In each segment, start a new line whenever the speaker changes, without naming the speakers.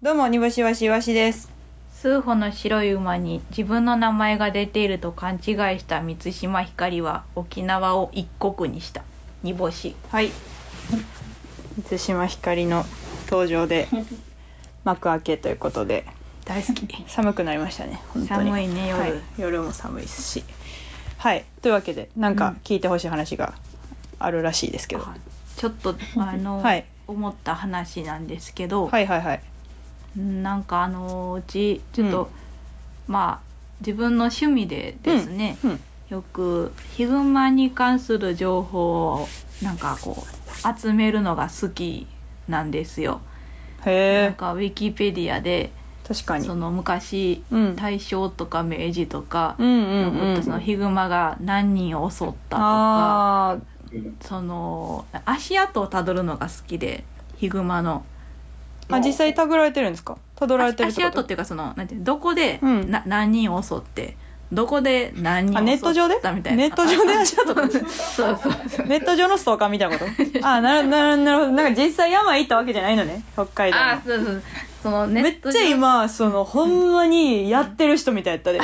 どうも、にぼしわしわしです。
数歩の白い馬に自分の名前が出ていると勘違いした満島ひかりは沖縄を一国にした煮干し
はい。満島ひかりの登場で、 幕開けということで、
大好き
寒くなりましたね、本当に。
寒いね夜
はい夜も寒いですし。はい。というわけで、なんか聞いてほしい話があるらしいですけど。
あ ちょっとあの、
はい
思った話なんですけど、
はいはいはい。
うんなんかあのうちちょっと、まあ自分の趣味でですね、
うん。
よくヒグマに関する情報をなんかこう集めるのが好きなんですよ。なん
へえ、
かウィキペディアで
確かに。
そうの昔
ん。
大正とか明治とか
う、んうん
残っ
う
た
ん。
そのヒグマが何人を襲ったとか
あー
その足跡をたどるのが好きでヒグマの
あ、実際たぐられてるんですかたどられ
足
てるって
足
こと
跡っていうかそのなんていうのどこで、
うん
な何人を襲ってどこで何人
あネット上で
襲ったみたいな
ネット上で足跡
そうそうそ う
ネット上のストーカーみたいなことあなるほどなるほどなるほどなんか実際山行ったわけじゃないのね北海道の
あそうそうそのネ
めっ
ッ
ち
ト
ゃ今そのほんまにやってる人みたいやった で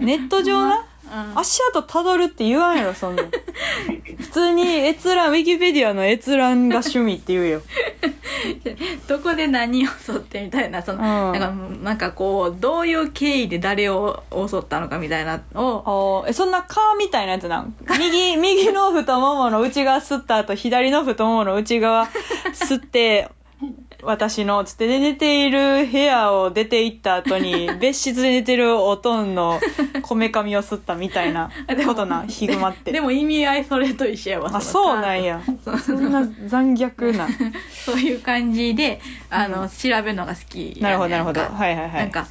ネット上な
うん
足跡たどるって言わんやろそんなん普通に閲覧ウィキペディアの閲覧が趣味って言うよ
どこで何を襲ってみたいなその、
うん
なんかなんかこうどういう経緯で誰を襲ったのかみたいなのを
あーえそんな蚊みたいなやつなん右右の太ももの内側吸った後左の太ももの内側吸って私のつってで寝ている部屋を出て行った後 に別室で寝てるおとんのこめかみを吸ったみたいなことなヒグマって
でも意味合いそれと一緒やわ
あ
の
そうなんや
そう
そんな残虐な
そういう感じであの、
うん
調べるのが好き
なる
や
ほど
ねん
なるほど
か
はいはいはい
なんか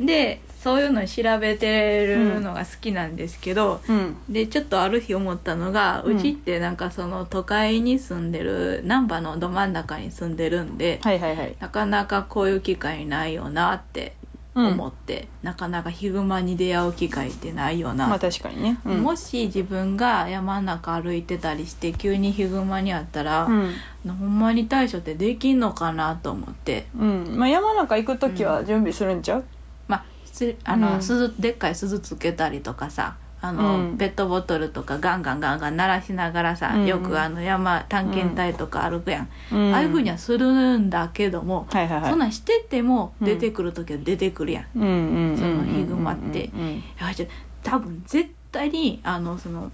でそういうのを調べてるのが好きなんですけど、
うん
でちょっとある日思ったのが、
う
うんちってなんかその都会に住んでる難波のど真ん中に住んでるんで、
はいはいはい
なかなかこういう機会ないよなって
うん
思って、なかなかヒグマに出会う機会ってないよな、
まあ確かにねうん
もし自分が山の中歩いてたりして急にヒグマに会ったら、
うん
ほんまに対処ってできんのかなと思って
うんまあ山なんか行く時は準備するんちゃう
まあすあの、
うん
鈴でっかい鈴つけたりとかさあの、
うん
ペットボトルとかガンガンガンガン鳴らしながらさ、
うん
よくあの山探検隊とか歩くやん、
うん
ああいうふうにはするんだけども、
はいはいはい
そんなんしてても
うん
出てくる時は出てくるやん、
うんうんうんうんうん
そのヒグマって
うん
いやじゃ多分絶対にあのその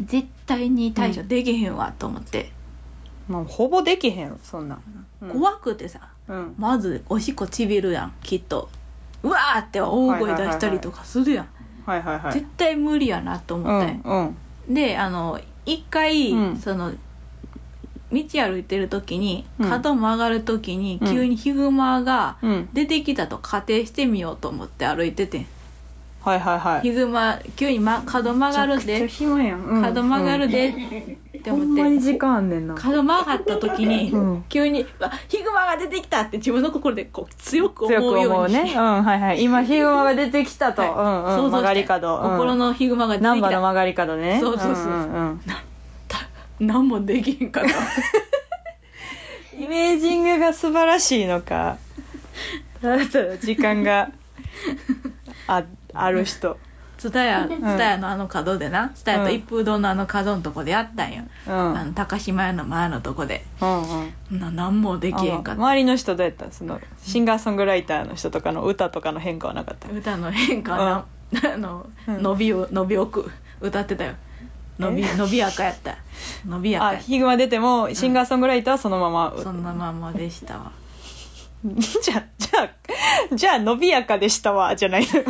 絶対に対処できへんわと思って、
まあ、ほぼできへんよそんなん、い、
怖くてさ
うん、
まずおしっこちびるやんきっとうわーって大声出したりとかするやん、
はいはいはい
絶対無理やなと思ったんや、
うんうん
であの一回、
うん
その道歩いてる時に
うん
角曲がる時に、
うん
急にヒグマが
うん
出てきたと仮定してみようと思って歩いててん
はいはいはい
ヒグマ急に、ま、角曲がる
め
で
っちゃ暇やん、うん
角曲がるで、って
うん、ほ
思
ん
って
まに時間あんねんな
角曲がった時に、
うん
急に「うわヒグマが出てきた!」って自分の心でこう強く
強
思
く
うよ
思
う
う
に
ねうんはいはい今ヒグマが出てきたと、
はい
うんう
想像して
ん曲がり角、うん、
心のヒグマが出て
ナン
き
バーの
た
曲がり角ね
そうそうそうん
んん
何もできへ んかった
イメージングが素晴らしいのかただただ時間があある人
蔦屋蔦屋のあの角でな蔦屋と一風堂のあの角のとこでやったんよ、
うん
あの高島屋の前のとこで
うんうん
な何もできへんか
あ
った
周りの人どうやったそのシンガーソングライターの人とかの歌とかの変化はなかった
歌の変化な、 あの
うん
伸びを伸び奥歌ってたよ伸び
え
伸びやかやった伸びやか
あ
やった
ヒグマ出てもシンガーソングライターはそのまま、
そんなまんまでしたわ
じゃあじゃあじゃあ伸びやかでしたわじゃないの よ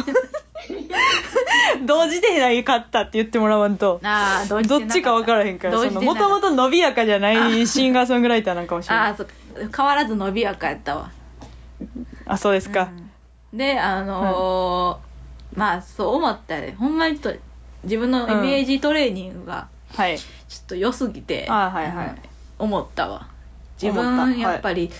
同時でないかったって言ってもらわんと
ああど
どっちか分からへんからもとも
と
と伸びやかじゃないシンガーソングライターなんかもしれな
あ
い
あそうか変わらず伸びやかやったわ
あそうですか、
うんであのーまあそう思ったでほんまにちょっと自分のイメージトレーニングが
はい
ちょっと良すぎて、
あはいはい
あの思ったわ自
思った
分やっぱり、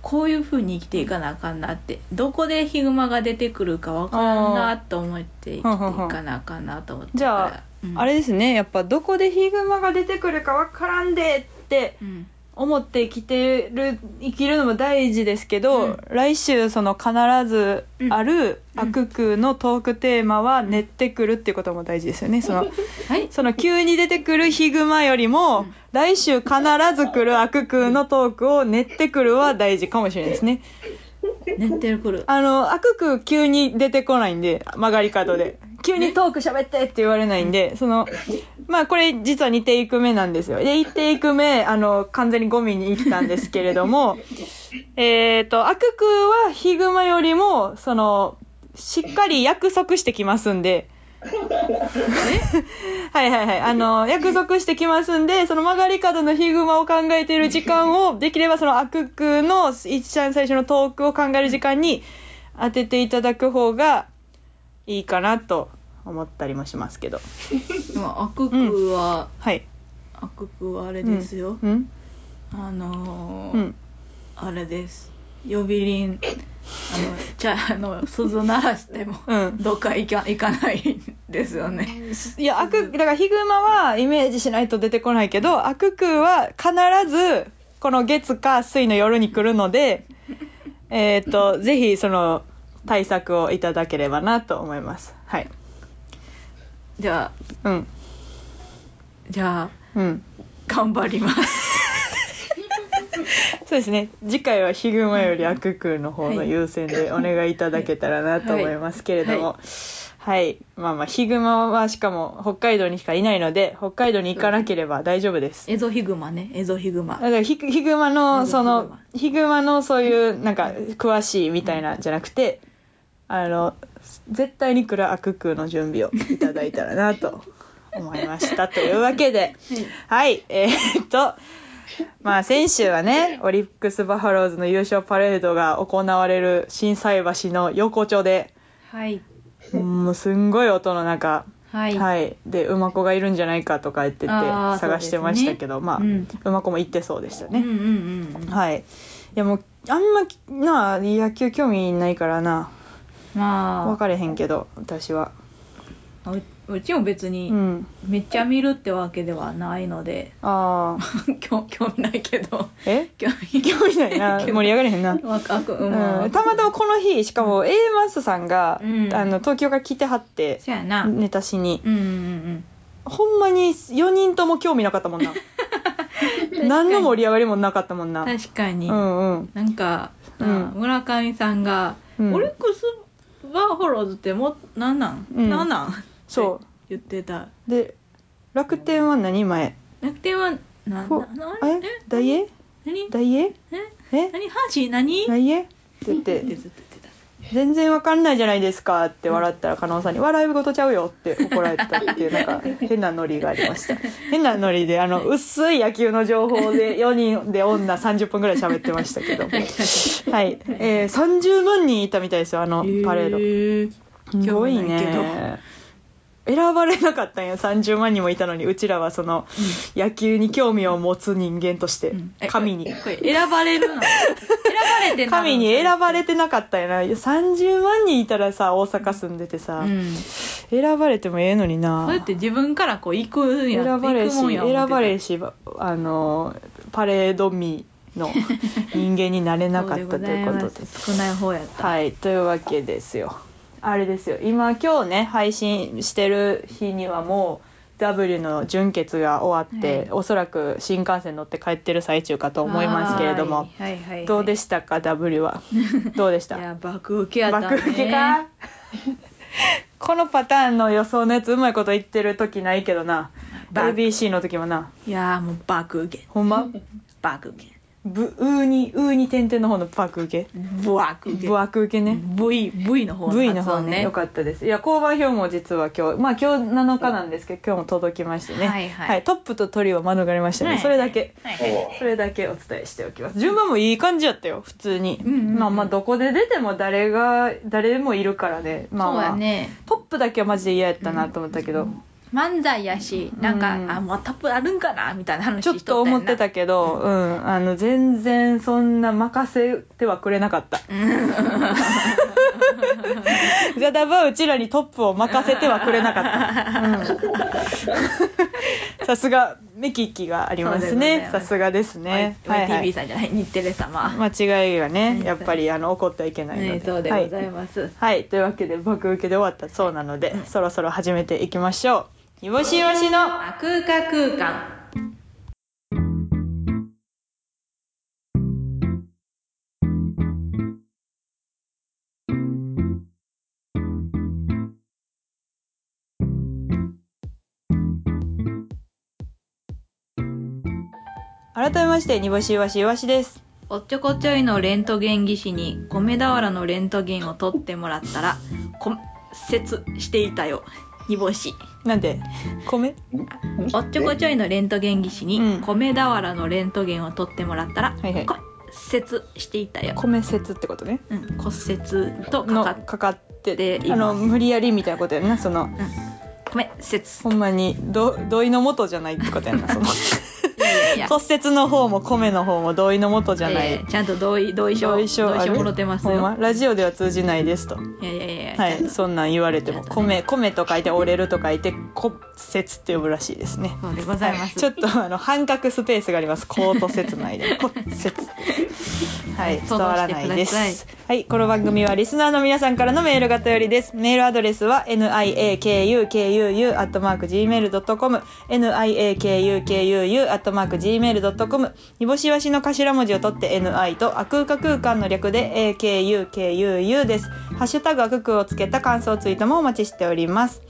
こういう風に生きていかなあかんなってどこでヒグマが出てくるかわからんなと思って生きていかなあかんなと思って
じゃあ、あれですねやっぱどこでヒグマが出てくるか分からんでって
うん
思って生きてる生きるのも大事ですけど、
うん
来週その必ずある悪空のトークテーマは練ってくるっていうことも大事ですよねその
はい
その急に出てくるヒグマよりも、
うん
来週必ず来る悪空のトークを練ってくるは大事かもしれないですね
寝てくる
あの悪空急に出てこないんで曲がり角で急にトーク喋ってって言われないんで、そのまあこれ実は2テイク目なんですよで1テイク目あの完全にゴミに行ったんですけれどもえっと悪空はヒグマよりもそのしっかり約束してきますんで はいはいはい。あの、約束してきますんで、その曲がり角のヒグマを考えている時間を、できればその悪空の一番最初のトークを考える時間に当てていただく方がいいかなと思ったりもしますけど。
でも悪空は、
はい。
悪空はあれですよ、
うん。
あの
う
ー
ん。
あれです呼び鈴あのじゃ あの鈴鳴らしても、
うん
どっか行か行かないんですよね
いや、悪、だからヒグマはイメージしないと出てこないけど、悪空は必ず、この月か水の夜に来るので、 えっ、と、ぜひその対策をいただければなと思います。はい。
じゃあ
うん。
じゃあ
うん。
頑張ります
そうですね。次回はヒグマより悪空の方の優先でお願いいただけたらなと思いますけれども。はい。まあまあ、ヒグマはしかも北海道にしかいないので、北海道に行かなければ大丈夫です。
エゾヒグマねエゾヒグマ
だからヒグヒグマの
ヒグマ
そのヒグマのそういうなんか詳しいみたいなじゃなくてあの絶対に暗悪空の準備をいただいたらな と思いましたというわけではいえーっとまあ先週はねオリックス・バファローズの優勝パレードが行われる心斎橋の横丁で
はい
もうすんごい音の中
はい
はい、で馬子がいるんじゃないかとか言ってて
あー
探してましたけど、まあ、
うん
馬子も行ってそうでした
うん
ね、
うんうん
はいいやもうあんまきなあ野球興味ないからな分
ま
かれへんけど私は
あううちも別
う
に
ん
めっちゃ見るってわけではないので
ああ
興興味ないけど
え
興味
興味ないな
興味
盛り上がれへんな
わか くう
うんん、たまたまこの日しかも A マスさんが、
うん
あの東京から来てはって
そやな、
ネタしに
うんうん
ほんまに4人とも興味なかったも んな
に
何の盛り上がりもなかったもん
う
なん
確かに、
うんうん
なんか、
うん
な村上さんが、
うん
オリックスバファローズってもうなんなん、
うん
なんなんって
そう
言ってた
で楽天は何前
楽天はな
こ
なな
え
え
ダイエ
何
ダイエ
え
え
何阪神何
ダイエって言っ
って
て
ずっと言ってた
全然わかんないじゃないですかって笑ったら加納さんに笑い事ちゃうよって怒られたっていうなん か変なノリがありました変なノリであの薄い野球の情報 で4人で女30分ぐらい喋ってましたけどもはい、えー、30万人いたみたいですよあのパレード、
ード
すごい
興味ないけど
ね選ばれなかったんや30万人もいたのにうちらはその野球に興味を持つ人間として
うんえ
神に
これ選ばれる の選ばれてなの
神に選ばれてなかったんやないや30万人いたらさ大阪住んでてさ、
うん
選ばれてもええのにな
そうやって自分からこう行くんや
選ばれし
行くもんや思ってた
選ばれしあのパレードミ の人間になれなかったということで
そございます少ない方やった
はい、というわけですよ。あれですよ。今今日ね配信してる日にはもう W の準決が終わって、
はい
おそらく新幹線乗って帰ってる最中かと思いますけれども、
はいはいはいはい
どうでしたか W は？ どうでし
い
た？
や爆受けやったね
爆受け か？このパターンの予想のやつうまいこと言ってる時ないけどな。
バ
ABC の時もな。
いやもう爆受け
ほん ま？
爆受け
ブうーにうーに点々の方の爆受
爆
け。
受け
ブ悪受けね。
V, v の方の
V の
発
方
音
ね
ね
良かったですいや交番表も実は今日まあ今日7日なんですけど今日も届きましてね
はいはい
トップとトリは免れましたね、
はい
それだけ
はい
それだけお伝えしておきます順番もいい感じだったよ普通に、
うんうんうん
まあまあどこで出ても誰が誰でもいるからねまあ、
そう
まあ
だね
トップだけはマジで嫌やったなと思ったけど、
漫才やしなんか、
うん
あもうタップあるんかなみたいな話
ちょっと思ってた
け
けど、うん、あの全然そんな任せてはくれなかった。ザ ダバはうちらにトップを任せてはくれなかった。うん さすが目利きがありますね
そうでございま
さ
す
すがですね
Y-
はいは
YTV
い
さんじゃない日テレ様、
間違いがね
ね
やっぱりあの怒ってはいけないので,、
ね、そうでございます、
はい、はい、というわけで爆受けで終わったそうなので、そろそろ始めていきましょう煮干しいわしの
あ空間空間
改めまして煮干しいわしいわしです
おっちょこちょいのレントゲン技師に米俵のレントゲンを取ってもらったら骨折していたよ煮干し
なんで米
おっちょこちょいのレントゲン技師
う
に
ん
米俵のレントゲンを取ってもらったら
はいはい
骨折していたよ、
米節ってことね
うん、骨折とか
の
か
か
っ
かって
で
あの無理やりみたいなことやんなその
米折
ほんまにど同意のもとじゃないってことやんなその
いやいや
骨折の方も米の方も同意のもとじゃない、
えーちゃんと同意同意書
同意書ある
もろてます
ほんま
よ
ラジオでは通じないですと
いやいやいや、
はい
ちゃんと
そんなん言われても
ちゃんと
米米と書いて折れると書いて骨折って呼ぶらしいですね
そうでございます、
ちょっとあの半角スペースがあります。コート説内 で。骨折。はい、伝わらないで
想像してください
す。はい、この番組はリスナーの皆さんからのメールが頼りです。メールアドレスは n i a k u k u u アットマーク gmail ドットコム n i a k u k u u アットマーク gmail ドットコムにぼしわしの頭文字を取って n i とあくうか空間の略で a k u k u u です。ハッシュタグあくくをつけた感想ツイートもお待ちしております。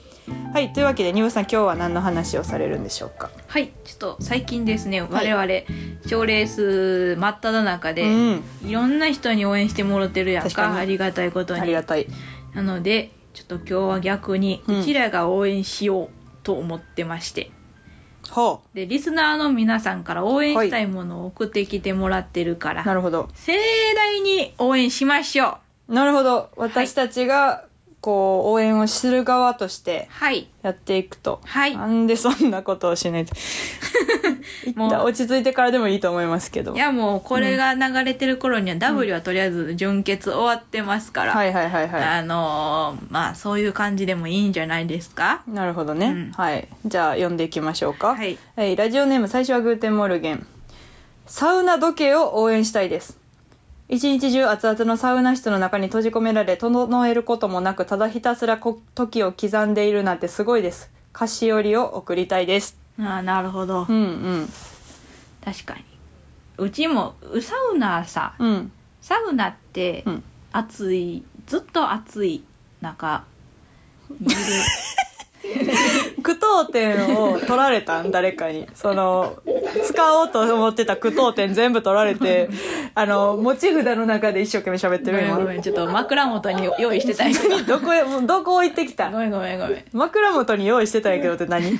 はい、というわけでにぼさん今日は何の話をされるんでしょうか。
はいちょっと最近ですね
い
我々賞、レース真っ只中で、
うん。
いろんな人に応援してもろてるやん
確か
か
に
ありがたいこと
あ
に
りがたい。
なのでちょっと今日は逆に、
う
うんちらが応援しようと思ってまして
ほ
でリスナーの皆さんから応援したいものを送ってきてもらってるから、
う。なるほど。
盛大に応援しましょう
なるほど。私たちが、こう、応援をする側として
はい
やっていくと。
はい
なんでそんなことをしないと。一
もう
旦落ち着いてからでもいいと思いますけど。
い
はい
やもうこれが流れてる頃には W はとりあえず準決終わってますから、
はいはいは
あのーまあそういう感じでもいいんじゃないですか
い。なるほどね。
うん
はい。じゃあ、読んでいきましょうか。
はい
はい。ラジオネーム、最初はグーテンモルゲン。サウナ時計を応援したいです。一日中熱々のサウナ室の中に閉じ込められ整えることもなくただひたすらこ時を刻んでいるなんてすごいです菓子折りを送りたいです
あーなるほど
うんうん
確かにうちもサウナさ
うん
サウナって
うん
暑いずっと暑い中にいる
句読点を取られた ん誰かにその使おうと思ってた句読点全部取られ てあの持ち札の中で一生懸命喋って
ご
る
めん
今
ごめんちょっと枕元に用意してたんやけど
どこへもうどこ行ってき
ご
た
めんごめんごめん
枕元に用意してたんやけどって 何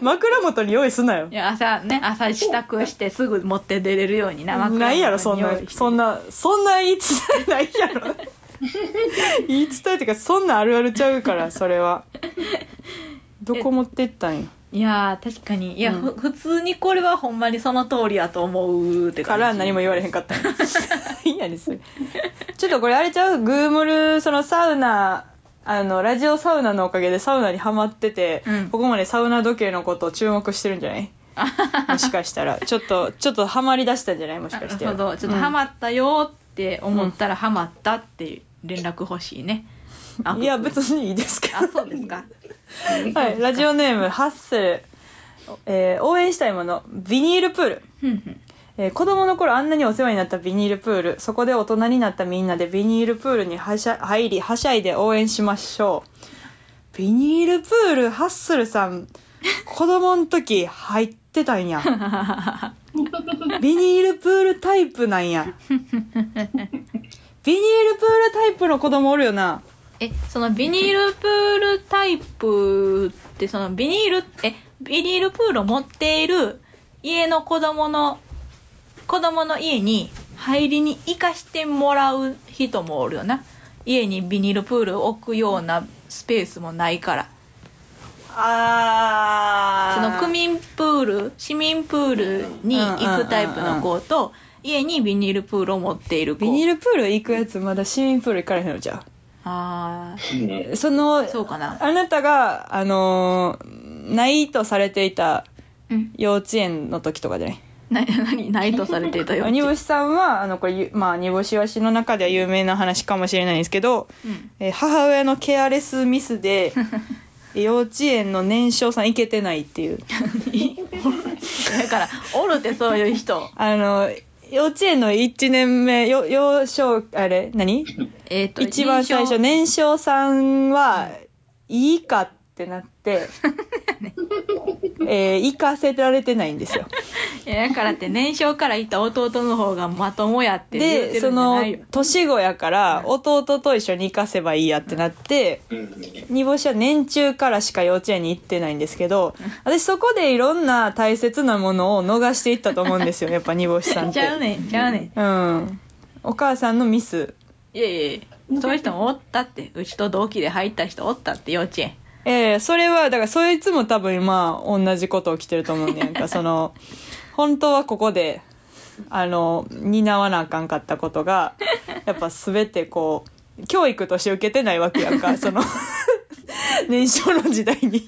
枕元に用意すなよ
いや朝ね朝支度してすぐ持って出れるようにな枕元に
ないやろそんな
用意して
そんなそんな言い伝えないや ろ言い伝えっていうかそんなあるあるちゃうからそれはどこ持ってったんよ
いやー確かにいや、
うん
ふ普通にこれはほんまにその通りやと思うって感じ
から何も言われへん かったんやいいやですちょっとこれあれちゃうグーモルそのサウナあのラジオサウナのおかげでサウナにハマってて、
うん
ここまでサウナ時計のことを注目してるんじゃない もしかしたらちょっとちょっとハマりだしたんじゃないもし
な
か
る
して
ほどちょっとハマったよって思ったらハマったって連絡欲しいね、あ
うんいや別にいいですけど
あそうですか
はい、ラジオネームハッセル、えー応援したいものビニールプール、
ふんふん
えー子供の頃あんなにお世話になったビニールプールそこで大人になったみんなでビニールプールにはしゃ入りはしゃいで応援しましょうビニールプールハッスルさん子供の時入ってたんやビニールプールタイプなんやビニールプールタイプの子供おるよな
えそのビニールプールタイプってそのビニールえビニールプールを持っている家の子供の子供の家に入りに行かしてもらう人もおるよな家にビニールプール置くようなスペースもないから
あ
その区民プール市民プールに行くタイプの子と家にビニールプールを持っている子
ビニールプール行くやつまだ市民プール行かれへんのじゃ
あ
うその
あそうかな
あなたがあのーないとされていた
うん。
幼稚園の時とかじゃない
な、なに、ないとされていたよ。
煮干しさんはあのこれゆまあ煮干しわしの中では有名な話かもしれないんですけど、
うん。
えー母親のケアレスミスで幼稚園の年少さん行けてないっていう
だから、おるってそういう人。
あの幼稚園の1年目よ幼少あれ何
えっ、と、
一番最初
臨
年少さんは、いいかってな って、えー行かせられてないんですよ
床。いやだからって、年少から行った弟の方がまともやって言って
で
る
そ
んじゃ
の
ないよ。
年子やから弟と一緒に行かせばいいやってなって煮干しは年中からしか幼稚園に行ってないんですけど私そこでいろんな大切なものを逃していったと思うんですよやっぱ煮干しさんっ
ち
て
ゃうねん、ちゃうねん。
うんお母さんのミス
いやいやいやそういう人もおったって。うちと同期で入った人おったって、幼稚園。
ええそれはだからそいつも多分まあ同じこと起きてると思うねんかその本当はここであの担わなあかんかったことがやっぱ全てこう教育として受けてないわけやんかその年少の時代に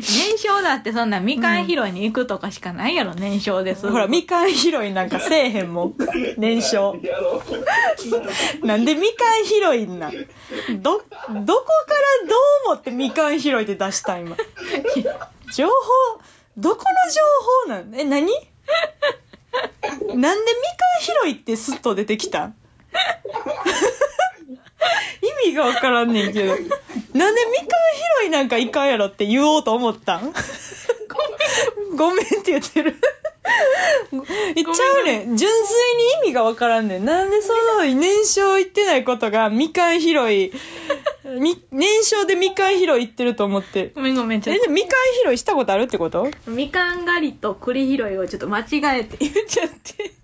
年少だってそんなみかん拾いに行くとかしかないやろ、年少です。
ほらみかん拾いなんかせえへんもん年少なんでみかん拾いんなんどどこからどう思ってみかん拾いって出したん今情報どこの情報なんえ何なんでみかん拾いってスッと出てきた ん意味がわからんねんけどなんでみかん拾いなんかいかんやろって言おうと思ったんごめんって言ってる。言っちゃうねん。純粋に意味がわからんねん。なんでその年少行ってないことがみかん拾い、み年少でみかん拾い行ってると思ってる。
ごめんごめん、ちょっ
え、でみかん拾いしたことあるってこと
と。みかん狩りと栗拾いをちょっと間違えて言っちゃって。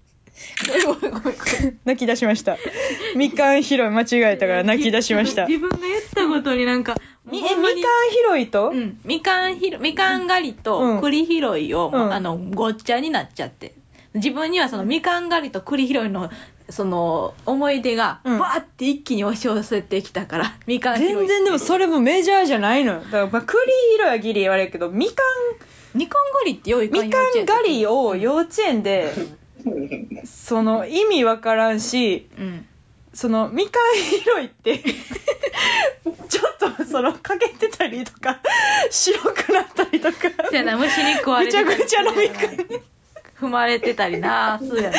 ごめんごめんごめん。
泣き出しました。みかん拾い間違えたから泣き出しました。み
自分が言ったことになんか、
え、み
ほんまに
かん拾いと、
うん、みかんひろみかん狩り
う
と
ん
栗拾いを、
うん
あのごっちゃになっちゃって自分にはそのみかん狩りと栗拾いのその思い出が
う
バ
ん
ーって一気に押し寄せてきたから、みかん拾い
全然でもそれもメジャーじゃないのよ。だから、まあ、栗拾いはギリあれやけど、みかん、
みかん狩りってよい
みかん狩りを幼稚園で、その意味わからんし、
うん
そのみかん拾いって ちょっとその欠けてたりとか白くなったりとか
せやな虫に食われ
ぐ
て
ち
た
ゃ
り
ぐちゃのみかん やっ
踏まれてたりなそうやな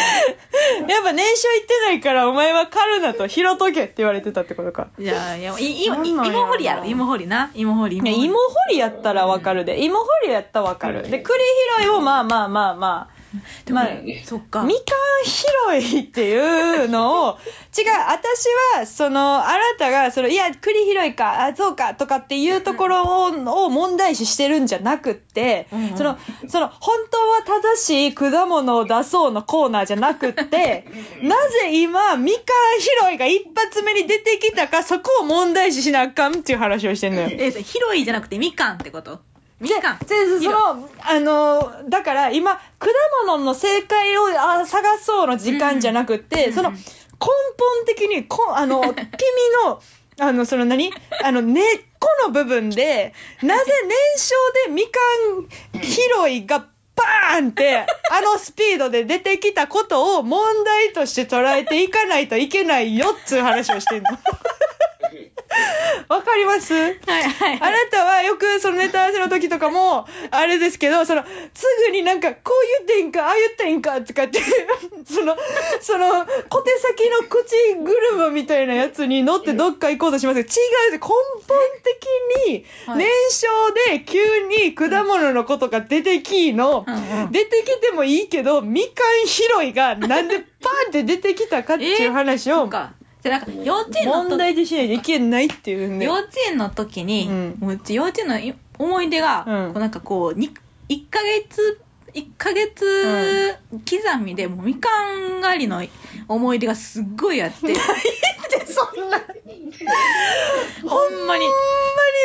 ぱ年少行ってないからお前は狩るなと拾っとけって言われてたってことか
じゃあいやいいい
なんなんやろ
芋掘りやろ芋掘りな芋掘り
いや芋掘りやったらわかるで芋掘りやったらわかるで栗拾いもまあまあまあまあまあ
そっか
みかん拾いっていうのを違う私はそのあなたがそのいや栗拾いかあそうかとかっていうところをを問題視してるんじゃなくって、
うんうん
そのその本当は正しい果物を出そうのコーナーじゃなくってなぜ今みかん拾いが一発目に出てきたかそこを問題視しなあかんっていう話をしてんのよ。
えそれ広いじゃなくてみかんってことみ
じゃ
かん
じゃそのあのだから今果物の正解をあ探そうの時間じゃなくて、
うん
その
うん
根本的にこあ の君のあのその何あの根っこの部分 でなぜ年少でみかん拾いがバーンってあのスピードで出てきたことを問題として捉えていかないといけないよっつう話を してんの。わかります
はいはい
あなたはよくそのネタ合わせの時とかも、あれですけど、その、すぐになんか、こう言ってんか、ああ言ってんか、とかって、 その、その、小手先の口車みたいなやつに乗ってどっか行こうとしますけど、違う根本的に、
はい
年少で急に果物のことが出てきの、
うんうん
出てきてもいいけど、みかん拾いがなんでパーンって出てきたかっていう話
そ
を
う、かじゃあなんか幼稚園の時
問題でしないといけないっていうね
幼。稚園の時に、
うん
もううち幼稚園の思い出が、
うん
こうなんかこうに1ヶ月1ヶ月刻みでもうみかん狩りの思い出がすっごいあって
そんな。
ほんまに
ほんまに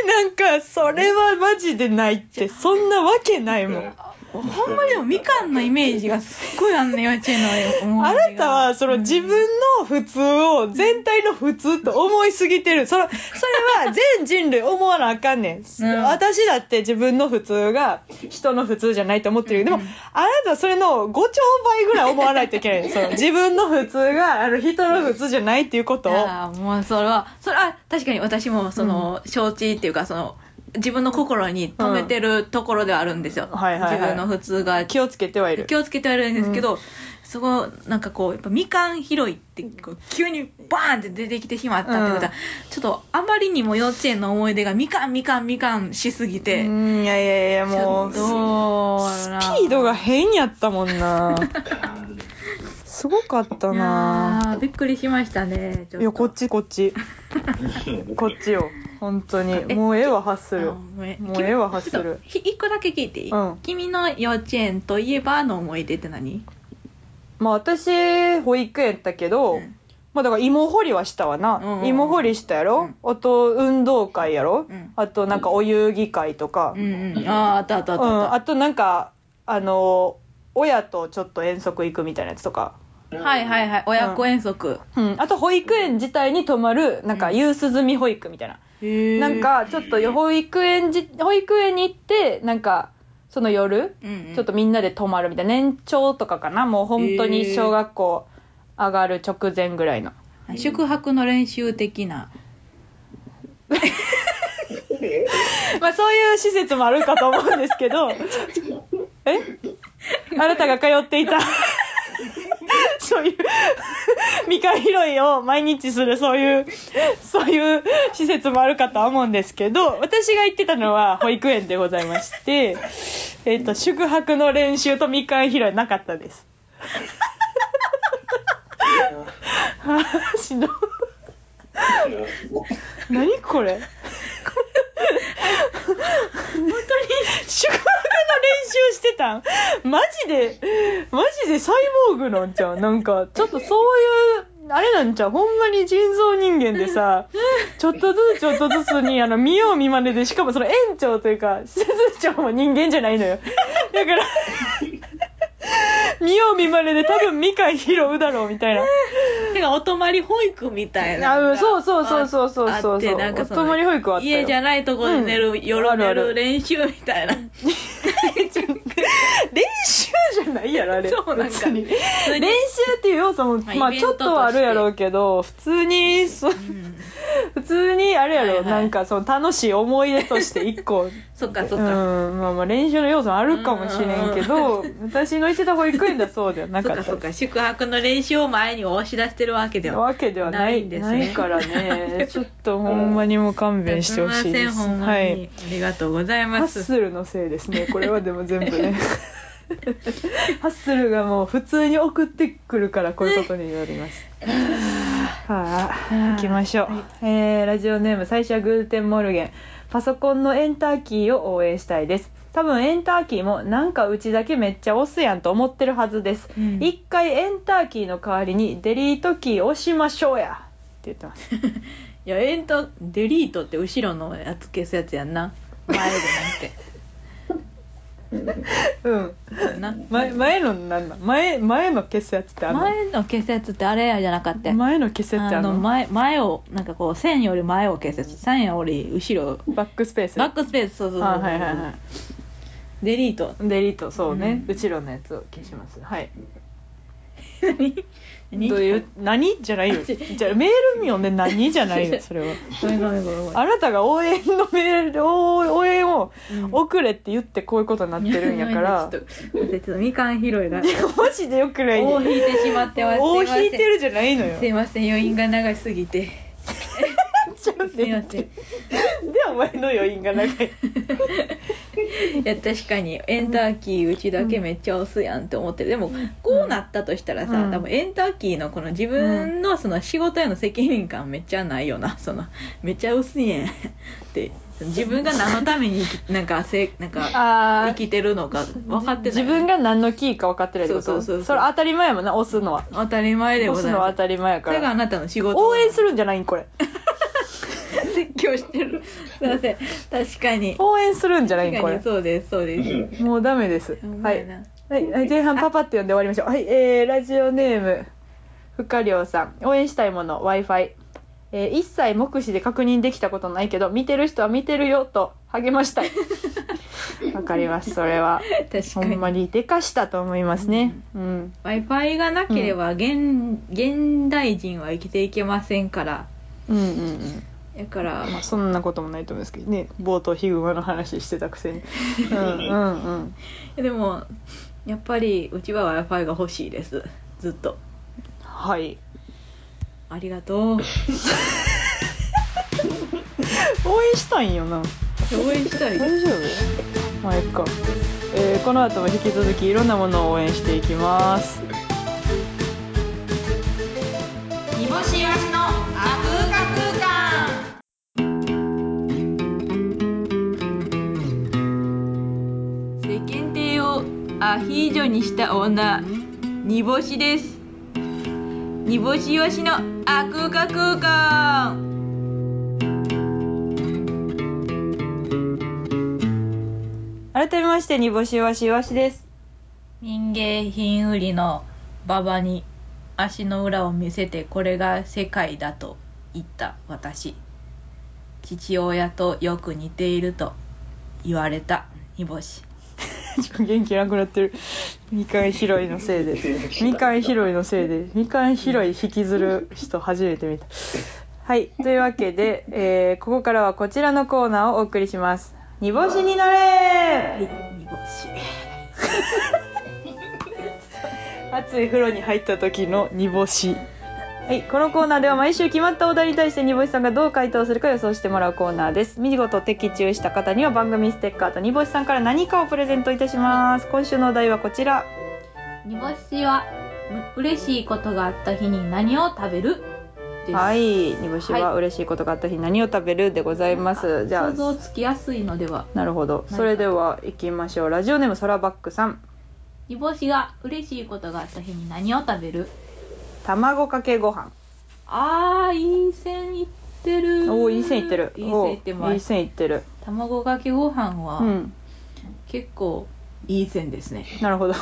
なんかそれはマジでないってそんなわけないもん
ほんまでもみかんのイメージがすっごいあんねん幼稚園の思
あ
い出が
なたは、その自分の普通を全体の普通と思いすぎてる。その、それは全人類思わなあかんねん。
ん
私だって自分の普通が人の普通じゃないと思ってるけど、でも、あなたはそれの5兆倍ぐらい思わないといけない。その自分の普通が、あの、人の普通じゃないっていうことを。
ああもうそれはそれは確かに私もその承知っていうかその自分の心に留めてるところではあるんですよ、
んはいはいはい
自分の普通が
気をつけてはいる。
気をつけてはいるんですけど、そこなんかこうやっぱみかん拾いってこう急にバーンって出てきてしまったってことは、ちょっとあまりにも幼稚園の思い出がみかんみかんみかんしすぎ
う
て、
ん、いやいやいや、
ち
も
ょ
う
っ、と
スピードが
い
変やったもん な。すごかったな。
やーびっくりしましたねちょっと
いやこっちこっちこっちよ本当にもう絵は発する
あごめん
もう絵は発す
ちょっ
る
とひ一個だけ聞いていい、
うん
君の幼稚園といえばの思い出って何
まあ私保育園やったけど、
うん
まあだから芋掘りはしたわな、
うんうんうん
芋掘りしたやろ、あと運動会やろ、
うん
あとなんかお遊戯会とか、
うんうんあああったあった
う
あった
ん
あ
あ
っ
となんかあの親とちょっと遠足行くみたいなやつとか、
た、はいはいはい親子遠足、
うん、あと保育園自体に泊まるなんか夕涼み保育みたいな
へー
なん、かちょっと保育園じ保育園に行ってなんかその夜
うんうん、
ちょっとみんなで泊まるみたいな年長とかかなもう本当に小学校上がる直前ぐらいの、
宿泊の練習的な
まあそういう施設もあるかと思うんですけどえあなたが通っていたそういう未開拾いを毎日するそういうそういう施設もあるかとは思うんですけど私が行ってたのは保育園でございまして、えっと宿泊の練習とみかん拾いなかったです。 しんどい何これ本当に宿泊の練習してたんマジでマジでサイボーグなんちゃうなんかちょっとそういうあれなんちゃうほんまに人造人間で さちょっとずつちょっとずつにあの見よう見まねでしかもその園長というか施設長も人間じゃないのよだ から見よう見まねで多分みかん拾うだろうみたいな。
てかお泊まり保育みたいな
あ
の
う
が
んそうそうそうそうそうそうそう
あってなんかその
お泊まり保育はあったよ
家じゃないとこで寝
う
る、
んあ
夜
るあ
寝
る
る練習みたいな
練習じゃないや ろあれ
そうなんか
別に練
普通に
習っていう要素も、
まあ
まあ、
イベン
ち
ト
ょ
と
っ
して
とはあるやろうけど普通にそ
うん
普通にあれやろ、
はいはい
なんかその楽しい思い出として一個
そっかそ
うん
っか、
まあまあ練習の要素あるかもしれんけど私の行ってた保育園ではそうではな
そ
か
っ
った
か
です
そっか宿泊の練習を前に押し出してるわけでは
わけではない
ないんですね
ないから ねちょっとほんまにもう勘弁してほしいです
すみませんほんまに、
はい
ありがとうござい
ハッ
ます
スルのせいですねこれはでも全部 ねハッスルがもう普通に送ってくるからこういうことになりますはあ行きましょう、えーラジオネーム最初はグーテンモルゲンパソコンのエンターキーを応援したいです多分エンターキーもなんかうちだけめっちゃ押すやんと思ってるはずです、
うん
一回エンターキーの代わりにデリートキー押しましょうやって言ってます
いやエンタデリートって後ろのやつ消すやつやんな前で
うん
な んてな
前前のなんだ前前の消すやつってあるの
前の消すやつってあれやじゃなかったっけ
前の消せってあ
あ
る
の
の
前前をなんかこう線より前を消すやつ線より後ろ
バックスペース
バックスペースそうそうそう
あはいはいは
デリート
いデリートそうね、
う
うちらのやつを消しますはい
何何
どういう何じゃないよじゃあメール見よね何じゃないよそれは
ごめんごめんごめんごめん
あなたが応援のメール応応援を
うん
送れって言ってこういうことになってるんやか ら
ちょっと待ってちょっとみかん拾いが
マジでよくない
大
ね
引いてしまってます
大引いて
る
るじゃないのよ
すいません余韻が長すぎて
ちょっと待
す
っ
いま
て
せん
でお前の余韻が長い
いや確かにエンターキーうちだけめっちゃ押すやんって思ってるでもこうなったとしたらさ、
うん
多分エンターキーのこの自分のその仕事への責任感めっちゃないよなそのめっちゃ薄いねんって自分が何のために生きなんかせなんか
あ
生きてるのか分かってな
自
い
分が何のキーか分かってないってこと
そうそうそうそう
れ当たり前やもんな押すのは
当たり前でご
押す
ざい
のは
ま
当たり前や
すそ
か
れが
ら
あなたの仕事
応援するんじゃないんこれ
強してる。すいません。確かに。
応援するんじゃないんこ
確かに
れ。
そうです、そうです。
もうダメです。
ほんま
は
や
い。
な
はい、はい前半パパって呼んで終わりましょう。はい、えー、ラジオネーム、ふかりょうさん。応援したいもの、Wi-Fi。えー、一切目視で確認できたことないけど、見てる人は見てるよと励ま したい。わかります、それは。
確
ほ
か
ん
に。
まにでかしたと思いますね。うん。
Wi-Fi がなければ、現、現代人は生きていけませんから。
うんうんうん。
だから、
まあ、そんなこともないと思いますけどね。冒頭ヒグマの話してたくせ に。うんうんうん。
でも、やっぱり、うちは Wi-Fi が欲しいです。ずっと。
はい。
ありがとう。
応援したいんよな。
応援したい
大丈夫まあいっか、えーこの後も引き続きいろんなものを応援していきます
煮干しわしのあふか空間世間体をアヒージョにした女煮干しです煮干しわしのあふか空間
改めまして煮干しわしわしです
民芸品売りの馬場に足の裏を見せてこれが世界だと言った私父親とよく似ていると言われた煮干し
ちょっと元気なくなってるみかん拾いのせいでみかん拾いのせいでみかん拾い引きずる人初めて見たはいというわけで、えーここからはこちらのコーナーをお送りします煮干しに乗れ
煮干し
熱い風呂に入った時の煮干しはい、このコーナーでは毎週決まったお題に対して煮干しさんがどう回答するか予想してもらうコーナーです見事的中した方には番組ステッカーと煮干しさんから何かをプレゼントいたします今週のお題はこちら
煮干しはう嬉しいことがあった日に何を食べるです、
はい煮干しは
は
嬉しいことがあった日に何を食べるでございます、じゃ
想像
あ
つきやすいのでは
なるほど
か
それでは行きましょうラジオネームソラバックさん
煮干しが嬉しいことがあった日に何を食べる
卵かけご飯
あーいい線いってる
おおいい線いってる
いい線いって
おーい
ま
い
す
線いってる
卵かけご飯は、
うん
結構いい線ですね
なるほど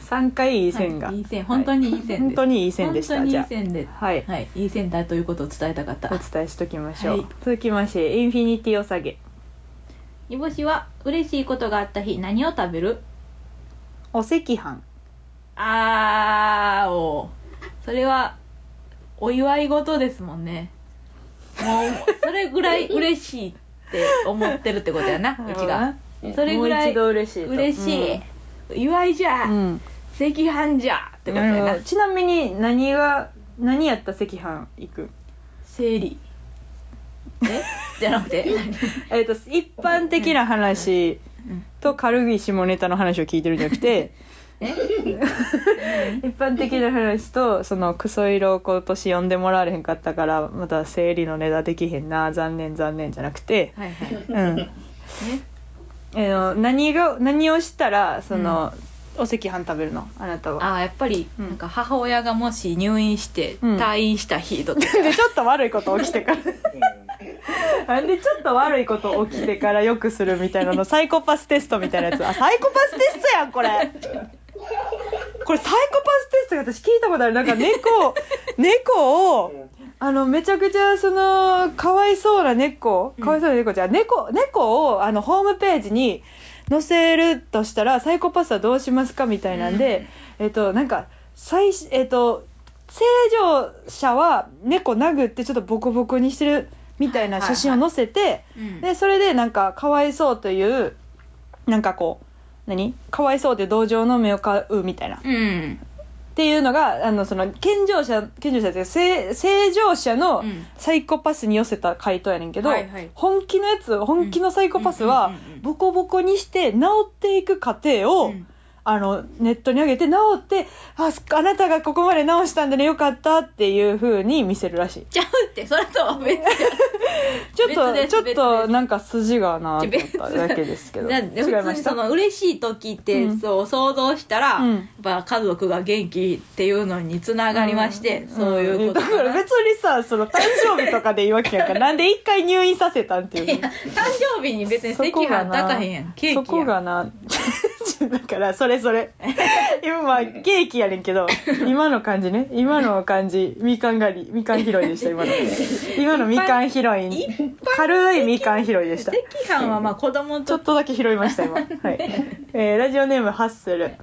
三回いい線が、
はいいい線本当にいい線です、
本当にいい線でした
本当にいい
じゃ
線で
あはい
はい、いい線だということを伝えたかった
お伝えしときましょう、
はい
続きましてインフィニティお下げ
煮干しは嬉しいことがあ赤日何を食べる
お赤飯
あーおそれはお祝い事ですもんねもうそれぐらい嬉しいって思ってるってこ とやなうちがそれぐら
もう
い
一度嬉しいと
嬉しい、祝いじゃ、
うんうん
赤飯じゃってことや
な
な
るほどちなみに何が何やった赤飯行く
生理えじゃなく て
えっ、と一般的な話
うん
と軽い下ネタの話を聞いてるんじゃなくて
え
一般的な話とそのクソ色を今年呼んでもらわれへんかったからまた生理の値段できへんな残念残念じゃなくて
はいはいえ
うんえの何が何をしたらその、お赤飯食べるのあなたは
あーやっぱり
うん
なんか母親がもし入院して
うん
退院した日とか、
でちょっと悪いこと起きてからなんでちょっと悪いこと起きてからよくするみたいなのサイコパステストみたいなやつあサイコパステストやんこれこれサイコパステストが私聞いたことあるなんか猫猫をあのめちゃくちゃそのかわいそうな猫かわいそうな猫じゃん、猫猫をあのホームページに載せるとしたらサイコパスはどうしますかみたいなんで、えっとなんか最しえっと正常者は猫殴ってちょっとボコボコにしてるみたいな写真を載せて、
うん
でそれでなんかかわいそうというなんかこう何かわいそうで同情の目を買うみたいな
うん
っていうのがあのその健常者健常者っていうか正正常者の
うん
サイコパスに寄せた回答やねんけど、
はいはい
本気のやつ本気のサイコパス
う
は
んうんうんうん
ボコボコにして治っていく過程を、
うん
あの、ネットに上げて治って、あ、すあなたがここまで治したんでね、よかったっていう風に見せるらしい。
ちゃうって、それとは別じ
ちょっ
別で
と、
す
ちょっ
別で
と
す
なんか筋がなと思った
別だ
だけですけ
ゃ
ど。
ん。
違
ないんで普通
ま
に
し
そ
た
の嬉しい時って、
うん
そう想像したら、
うん
やっぱ家族が元気っていうのにつながりまして、
ん
そういうこと
だから別にさ、その誕生日とかでいいわけ やんから、なんで一回入院させたんっていう。
いや誕生日に別に
そ
席
こが
は
な
高へんやんケーキや
そ
ん
こがな だからそれそ れ今まあケーキやねんけど今の感じね今の感じみかん狩りみかん拾いでした 今の今のみかん拾
一
い軽いみかん拾いでしたち
関はまあ子供
ょ
と
っ、とだけ拾いました今、はいえーラジオネームハッスル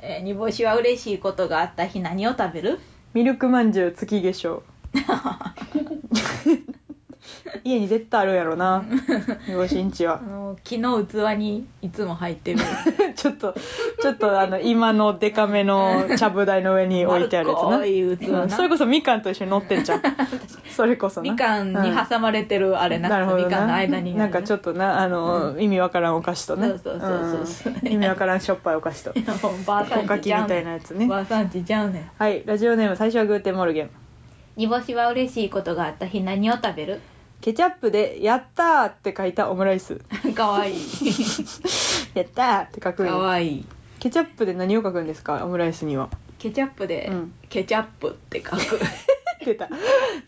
えー煮干しは嬉しいことがあった日何を食べる
ミルクまんじゅう月化 粧 家に絶対あるやろな養子んちは
あの木の器にいつも入 ってる
ちょっと、ちょっとあの、今のデカめ のちゃぶ台の上に置いてあるやつ
丸っこ
な。
い器な
うんそれこそみかんと一緒に乗ってんじゃ ん。それこそな。
みかんに
う
挟まれてるあれな,、
なるほど
みかんの
な
間に
なんかちょ
っ
っとなあの、意味わからんお菓子とね
そうそうそうそう
うん意味わからんしょっぱいお菓 子と
とばあさ
お
ん
か
ち
き
ちゃ
み
う
た
ね
いなやつ
ん
ね
ばあさんちちゃうねん
はいラジオネーム最初はグーテンモルゲン
煮干しは嬉しいことがあった日何を食 べる
ケチャップで「やったー!」って書いたオムライ ス
かわいい
「やったー!」って書くん
か
よ
わいい
ケチャップで何を書くんですかオムライスには
ケチャップで、
うん
ケチャップって書く
出た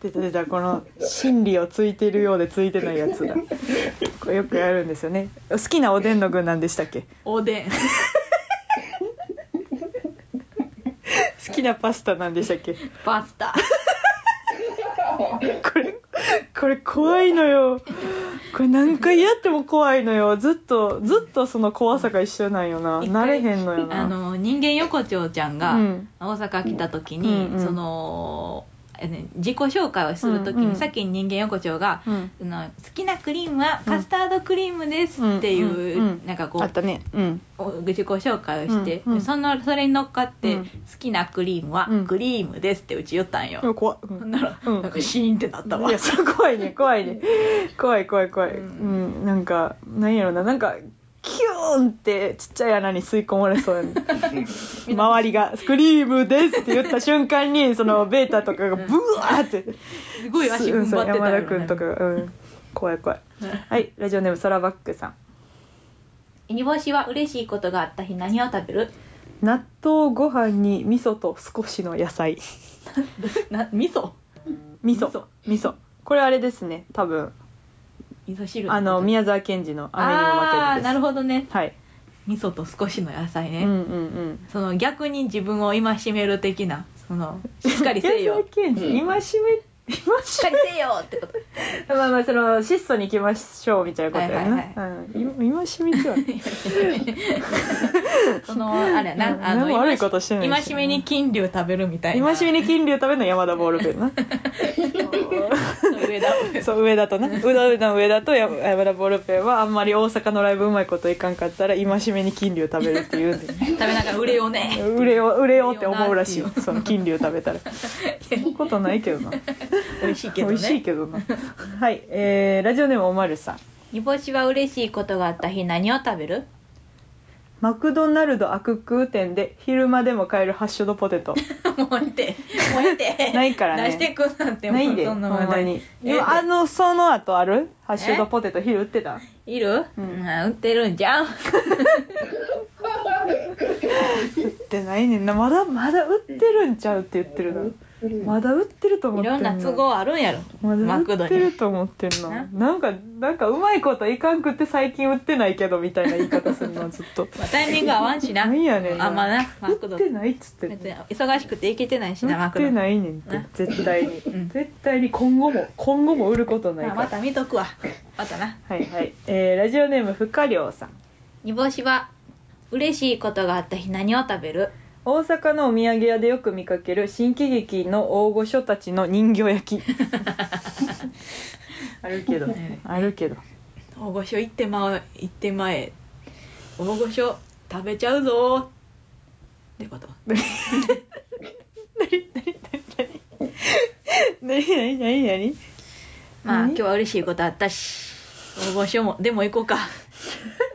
出た出たこの心理をついてるようでついてないやつだこれよくやるんですよね好きなおでんの具なんでしたっけ
おで ん
好きなパスタなんでしたっけ
パスタ
これこれ怖いのよこれ何回やっても怖いのよずっとずっとその怖さが一緒なんよな
一
慣れ
回
へんのよな
あの人間横丁ちゃんが
うん
大阪来た時に、
うんうん
そのえね自己紹介をする時
うんう
に
ん
さっき人間横丁が
うん
「あの好きなクリームはカスタードクリームです」っていう、
うんうんうん
なんかこ
あっ
う
たねうん
自己紹介をして、
うんうん
そのそれに乗っかって、
うん
好きなクリームは
うん
クリームです」ってうち言ったんよ、
うわ怖っ、う
ほ
ん
んなら、
うん
なんかシーンってなったわ
いやそれ怖いね怖いね怖い怖い怖い、う
う
んんなんかなんやろななんかキューンってちっちゃい穴に吸い込まれそうやね 周りが「スクリームです」って言った瞬間にそのベータとかがブワーって
すごい足踏
う
ん張ってた
んそう
よ、ね
山田君とかが、うん、怖い怖いはいラジオネームソラバックさん
煮干しは嬉しいことがあった日何を食べる
納豆ご飯に味噌と少しの野菜
な味噌
味
味噌
噌味噌これあれですね多分
味噌汁
あの宮沢賢治の「雨にも負け
ああ
ず」で
ー
す
なるほどね
はい
味噌と少しの野菜
う
ね、
んうんうん
その逆に自分を戒める的な そのしっかりせ
天
よ
才検
うん
事今しめ今
しっ
し
かりせよってこと
めまあまあその質素に行きましょうみたいなことや
はいは
なうん今しめては
そのあれやな、
うん
あの
何も悪いことしてないし
戒めに金龍食べるみたいな
今しめに金龍食べるの山田ボールペ ンな
上田
そう上田となうだうだ上田とや山田ボールペンはあんまり大阪のライブうまいこといかんかったら今しめに金龍食べるっていうんで
食べながら売れようね
売れよう売れようって思うらし
売れようなって
い
い
うその金龍食べたらそんなことないけどな
美味しいけど
美味しい
ね
けどなはいえーラジオネームおまるさん
煮干しは嬉しいことがあった日何を食 べる
マクドナルド悪空店で昼間でも買えるハッシュドポテト
もうええてもうええて
ないからね
出してくんなんてもう
ないで
そ
ほ
ん
ん
な
ま
話題
に
ええ
でもあのその後あるハッシュドポテト昼売ってた
いる、
う
う、
んん
売ってるんじゃん
売ってないねんなまだまだ売ってるんちゃうって言ってるなまだ売ってると思っ
い
て
ろん
な
な都合あるんやろ、マ
まだ
クド
売ってる
に
と思ってんな
な
なんかなんかうまいこといかんくって最近売ってないけどみたいな言い方するのずっと
まあ、タイミング合わんしな
なんやねんな
あんまなマク
売
ド
ってないっつってんの
別に忙しくて行けてないしな
売
マ
っ
クド
てないねんって
な
絶対に、
ん
絶対に今後も今後も売ることない
まあ、
から
また見とくわまたな
はいはい、えー、ラジオネームふかりょうさん
煮干しは嬉しいことがあった日何を食べる
大阪のお土産屋でよく見かける新喜劇の大御所たちの人形 焼きあるけどある けど
大御所行ってまう行ってまえ大御所食べちゃうぞーってこと
なになになになに
まあ
何
今日は嬉しいことあったし大御 所もでも行こうか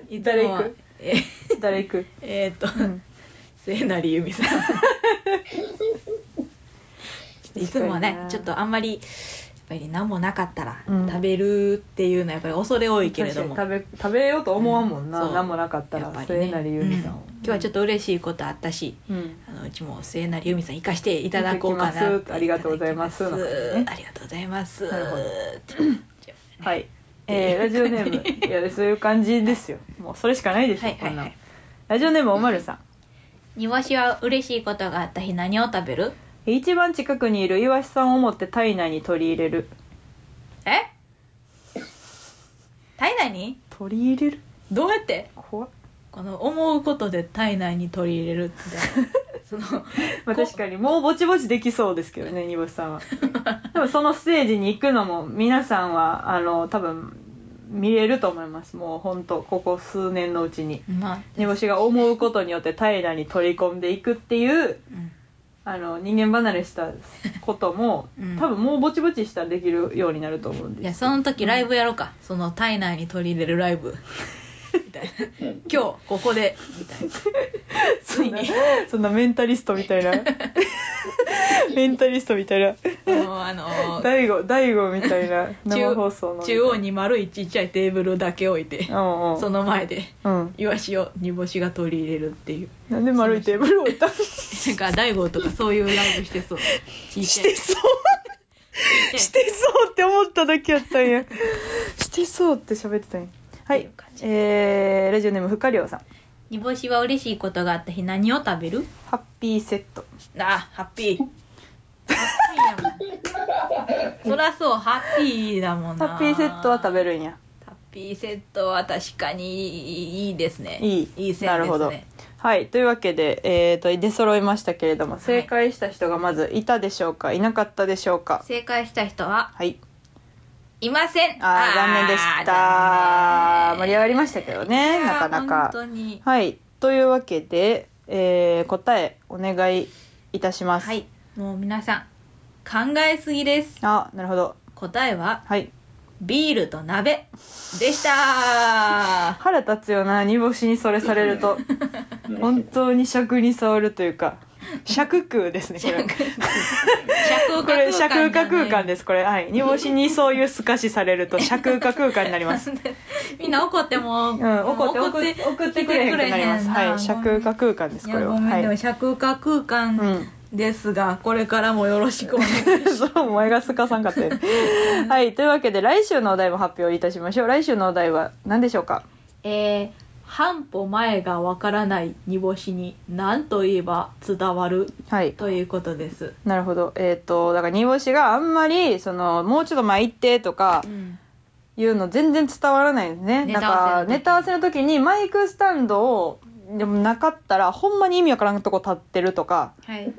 いつ
誰
も
行く
え
誰行く
えーっと、
うん
末成由美さん いつもはね
確かにな
ちょっとあんまりやっぱり何もなかったら
うん
食べるっていうのはやっぱり恐れ多いけれども、
確かに食べ食べようと思わんもんな、
うん
な、
そうん
何もなかった
や
ら
っぱりね
末成由美さんを、
うん今日はちょっと嬉しいことあったし、
うん
あのうちも末成由美さん生かしていただこうか
いただ
な
きますありがとうございます
ただきます
なんかね
ありがとうございます
なるほど
じゃあ
はい、えーラジオネ ームいやそういう感じですよもうそれしかないでしょ、
はいはいはい
こんなのラジオネームおまるさん
庭師は嬉しいことがあった日何を食べる
一番近くにいるイワシさんを持って体内に取り入れる
え体内に
取り入れる
どうやって
怖っ、
この思うことで体内に取り入れる ってその
まあ、
こ
確かにもうぼちぼちできそうですけどね煮干しさん はでもそのステージに行くのも皆さんはあの多分見れると思いますもうほんとここ数年のうちに
まあ
煮干しが思うことによって体内に取り込んでいくっていう
うん
あの人間離れしたことも、
うん
多分もうぼちぼちしたらできるようになると思うん
いや
です
その時ライブやろうか、その体内に取り入れるラ イブみたいな今日ここでみたいなついに
そんなメンタリストみた いなメンタリストみたいな
もうあの ー
大悟大悟みたいな生放送の
中中央に丸いちっちゃいテーブルだけ置いて
うんうん
その前で
うん
イワシを煮干しが取り入れるっ ていう
なんで丸いテーブル置いた ん
なんか大悟とかそういうライブ してそうちっちゃい
そう
ちっちゃい
してそうって思っただけやったんや してそうって喋ってたんやは
ってい
いう
感じ
えー、ラジオネームふかりょうさん
煮干しは嬉しいことがあった日何を食べる
ハッピーセット
あハッピーハッピーやもんそらそうハッピーだもん
ハ
な
ッピーセットは食べるんや
ハッピーセットは確かにいいですね
いい
いい線ですね
なるほどはいというわけで、えー、と出揃いましたけれども正解した人がまずいたでしょうかいなかったでしょうか
正解した人は
はい
いません
あー残念でした盛り上がりましたけどね
いやー
なかなか
本当に
はいというわけで、えー答えお願いいたします、
はいもう皆さん考えすぎです
あなるほど
答えは
はい
ビールと鍋で した
腹立つよな煮干しにそれされる と本当に尺に触るという か尺空ですねこれ
尺
これ尺空空間
で
ですこれはい煮干しにそういうすかしされると 尺空空間になります
みんな怒っても、
うん怒って
もう
送って送ってくれへんくなりますはい尺空空間です
い
こ
や
れは
ごめん
は
でも
い
尺化空
う
間
ん
ですが、これからもよろしくお願いし
それはお前がすかさんかった よはいというわけで来週のお題も発表いたしましょう来週のお題は何でしょうか
えー、半歩前がわからない煮干しに何と言えば伝わる
はい
ということです、
なるほどえっ、とだから煮干しがあんまりそのもうちょっと前行ってとか
うん
いうの全然伝わらないですね
ネ
なん
タ合
か
わせの時
ネタ合わせの時にマイクスタンドをでもなかったらほんまに意味わからんとこ立ってるとか
はい、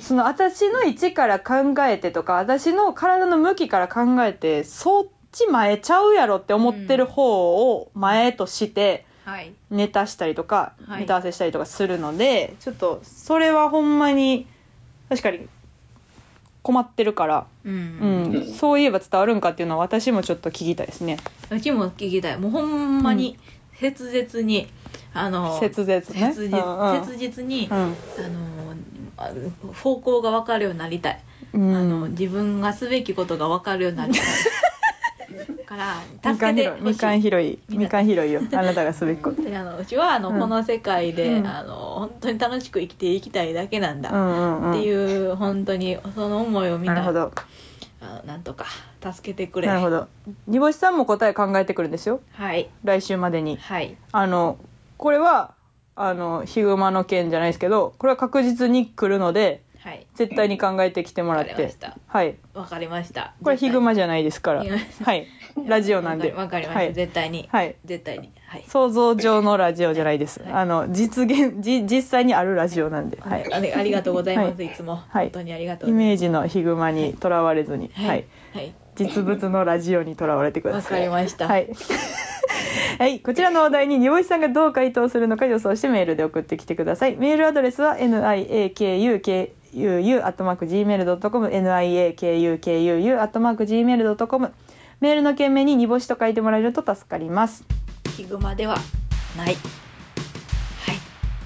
その私の位置から考えてとか私の体の向きから考えてそっち前ちゃうやろって思ってる方を前として
はい、
ネタしたりとか、
はい
ネタ合わせしたりとかするのでちょっとそれはほんまに確かに困ってるから、
う、
うんんそういえば伝わるんかっていうのは私もちょっと聞きたいですね
うちも聞きたいもうほんまに切実に、あの
切絶ね
切実
うんうん
切実に、
うん
あのあ方向が分かるようになりたい、
うん
あの自分がすべきことが分かるよう になりたいから
み
助
かん
け
拾
て
い
ほ
み
し
かん
い
拾いみかん拾い よあなたがすべきこと。
であのうちはあの、
うん
この世界で、
うん
あの本当に楽しく生きていきたいだけなん
う
だ、
んうんうん
っていう本当にその思いをみん
なる
な
ほど
あのなんとか助けてくれ
なるほど煮干しさんも答え考えてくるんですよ
はい
来週までに
はい
あのこれはあのヒグマの件じゃないですけどこれは確実に来るので
はい
絶対に考えてきてもらっ
わかりま
て
した
はい
わかりました
これヒグマ
じ
じゃないですから
いや
はいラジオなんで
わかりました、
はい
絶対に、
はい
絶対にはい
想像上のラジオじゃないです、
はい
あの実現じ実際にあるラジオなんで、はい
ありありがとうございます、、
はい
つも、
はい
本当にありがとう
イ
ござい
メージのヒグマにとらわれずに、
ます
はい
はいはい
実物のラジオにとらわれてくだ
わ
さ
か
い
りました、
はい。 はい、こちらのお題に煮干しさんがどう回答するのか予想してメールで送ってきてください。メールアドレスは niakukuu.gmail.com niakukuu.gmail.com メールの件名に煮干しと書いてもらえると助かります。
ヒグマではないはい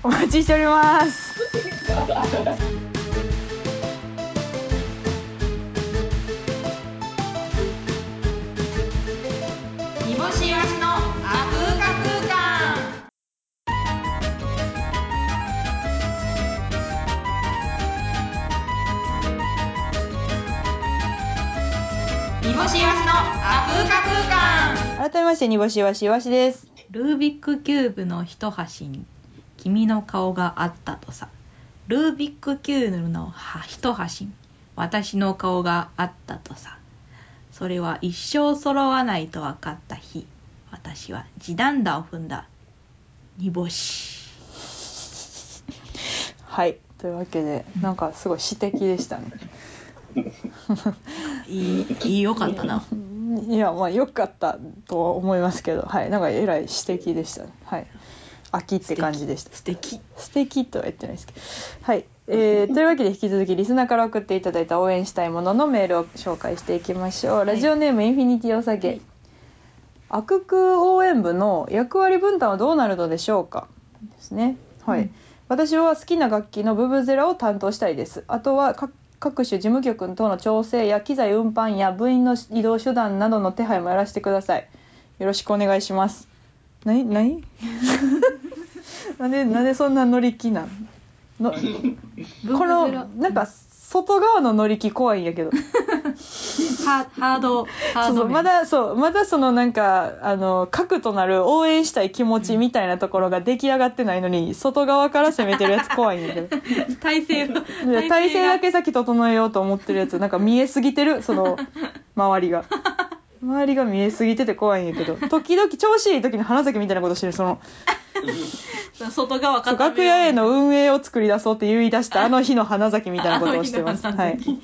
お待ちしております
煮干しイワシのあふか空間煮干しイワシのあふか空間
改めまして煮干しいわしいわしです
ルービックキューブの一端に君の顔があったとさルービックキューブのは一端に私の顔があったとさそれは一生揃わないと分かった日私は地団打を踏んだ煮干し
はいというわけでなんかすごい詩的でしたね
いいいいよかったな
いやまあ良かったとは思いますけどはいなんかえらい詩的でしたねはい秋って感じでした
素敵
素敵とは言ってないですけどはい、えーというわけで引き続きリスナーから送っていただいた応援したいもののメールを紹介していきましょうラジオネーム、インフィニティお酒、
はい
悪空応援部の役割分担はどうなるのでしょうかですねはい、
うん
私は好きな楽器のブブゼラを担当したいですあとは各各種事務局との調整や機材運搬や部員の移動手段などの手配もやらせてくださいよろしくお願いします何何 なんでなんでそんな乗り気なんのこのなんか外側の乗り気怖いんやけど
ハハードハー
そ
ド
うそう
面
まだそうまだそのなんかあの核となる応援したい気持ちみたいなところが出来上がってないのに外側から攻めてるやつ怖いんやけど
体勢が
で体勢だ
が
け先整えようと思ってるやつなんか見えすぎてるその周りが周りが見えすぎてて怖いんやけど時々調子いい時に花咲みたいなことしてるその
外側固めよう
楽屋への運営を作り出そうって言い出したあの日の花咲みたいなことをしてます。
あの日の
はい
話い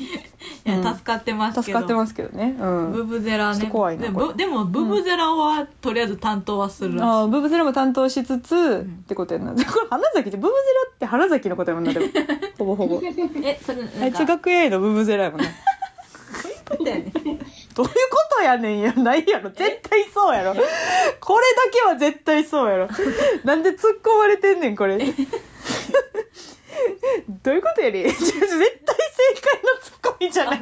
や
うん
助かってますけ
助
ど
かってますけどね。うん。
ブブゼ
ち
ラ
ょっ
ね
と怖いな
で
これ
ぶでもブブゼラは、とりあえず担当はするらしい
ああブブゼラも担当しつつ、
ん
ってことやな これ花咲ってブブゼラって花咲のことやもんな でもほぼほぼ
えそれなんか
あいつ学園へのブブゼラやもんなどういうことやねんやないやろ絶対そうやろこれだけは絶対そうやろなんで突っ込まれてんねん これどういうことやねん絶対正解のツッコミじゃない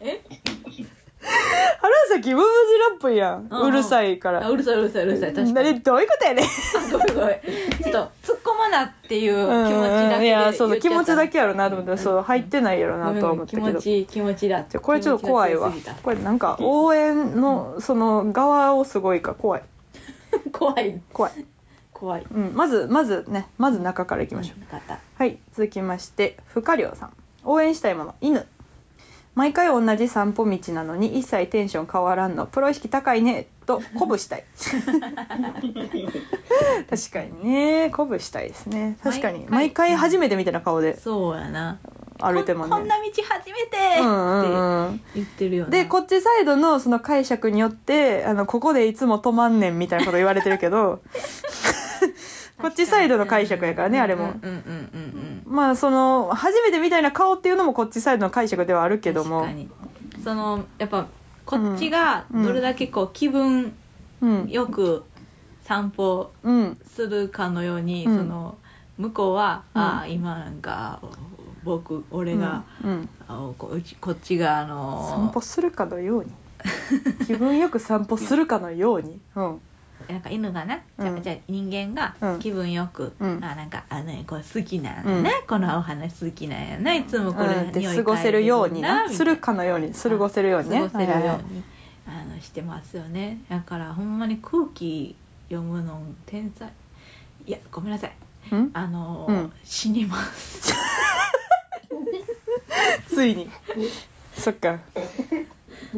え
花咲ブブゼラっぽいやん、
うん
うるさいから
あうるさいうるさいうるさい確か
あれ
に
どういうことやねん
あごめんごめんちょっと突っ込まなっていう気
う
持ち
んう
だけ
んい
で言
や
っ
そうそう気持ちだけやろなと思った
う
ら
ん
そう入ってないやろなとは思ったけ
ごめん
ど
ごめん気持ち気持ちだ
じゃあこれちょっと怖いわ
気持ちが強す
これなんか応援のその側をすごいか怖い
ぎた怖い
怖い、
怖い
うん、まずまずねまず中からいきましょう
よかった
はい続きましてふかりょうさん応援したいもの犬毎回同じ散歩道なのに一切テンション変わらんのプロ意識高いねと鼓舞 したい確かにね鼓舞したいですね確かに毎
毎回
回初めてみたいな顔で
そうやな
歩いてるもんね
こんこんな道初めて
うん
っ
うんうん
て言ってるよな
でこっちサイドのその解釈によってあのここでいつも止まんねんみたいなこと言われてるけ どこっちサイドの解釈やからねあれも、
うんうんうん
まあその初めてみたいな顔っていうのもこっちサイドの解釈ではあるけども
確かにそのやっぱこっちがどれだけこう気分
うん
よく散歩
うん
するかのように、
うん
その向こうは、
うん
ああ今なんか僕俺が、
うん、
あこうちこっちがあの
散 歩するかのように気分よく散歩するかのようにうん
なんか犬がな、
うん
じゃあじゃあ人間
う
が
ん
気分よく、
うん
あなんかあの、ね、これ好きなんや
うん
ね、このお花好きなんやねいつもこれ、
うん、で
匂い嗅い
過ごせるように
な
なするかのようにするごせるようにね
過ごせるよう
はいは
に、
いはい
あのしてますよねだからほんまに空気読むの天才いやごめんなさい
うん
あの、
うん
死にます
ついにそっか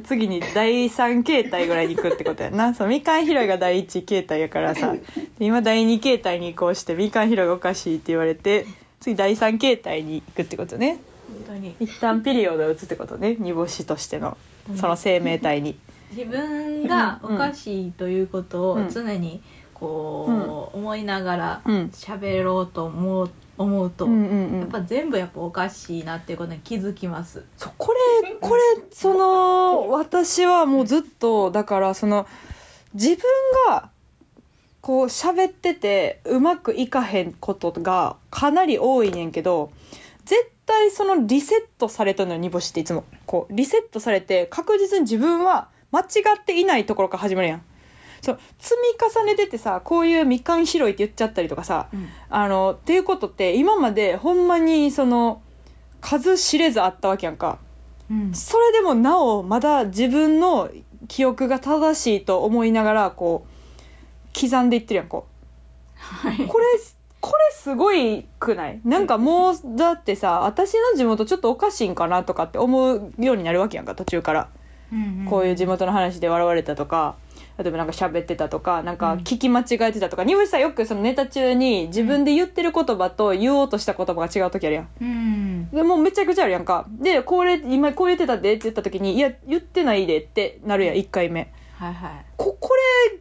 次に第3形態ぐらいに行くってことやなそうみかん拾いが第1形態やからさ今第2形態に移行してみかん拾いがおかしいって言われて次第3形態に行くってことね
本当に
一旦ピリオドを打つってことね煮干しとしてのその生命体に
自分がおかしいということ
うん
を常にこう思いながら
うん
喋ろうと思う思うと、
うんうんう
やっ
ん
ぱ全部やっぱおかしいなっていうことに気づきます。
そうこれこれその私はもうずっとだからその自分がこう喋っててうまくいかへんことがかなり多いねんけど絶対そのリセットされたのよ煮干しっていつもこうリセットされて確実に自分は間違っていないところから始まるやんそう積み重ねててさこういうみかん拾いって言っちゃったりとかさあのっていうことって今までほんまにその数知れずあったわけやんか
うん
それでもなおまだ自分の記憶が正しいと思いながらこう刻んでいってるやんこう
はい
これこれすごいくないなんかもうだってさ私の地元ちょっとおかしいんかなとかって思うようになるわけやんか途中から
ん
こういう地元の話で笑われたとか例えばなんか喋ってたとかなんか聞き間違えてたとか、にぶしさんよくそのネタ中に自分で言ってる言葉と言おうとした言葉が違う時あるやん
うん
でもうめちゃくちゃあるやんかでこれ今こう言ってたでって言った時にいや言ってないでってなるやん1回目
はいはい
ここれ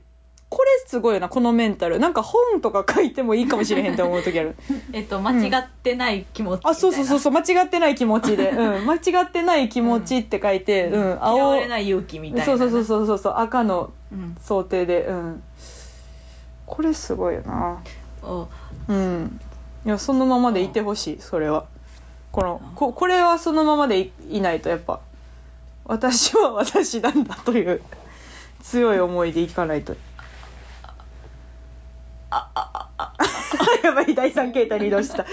これすごいよなこのメンタルなんか本とか書いてもいいかもしれへんって思う時あ る
えっと間違ってない気持ちみたいな
あそうそうそうそう間違ってない気持ちで、 うん、間違ってない気持ちって書いて、うん
嫌わ
青
れない勇気みたいな
そうそうそうそうそうそう赤の
うん
想定でうんこれすごいよな
お
うんいやそのままでいてほしいそれはこのここれはそのままでいいないとやっぱ私は 私なんだという強い思いでいかないとああああ やばい第三形態に移動してた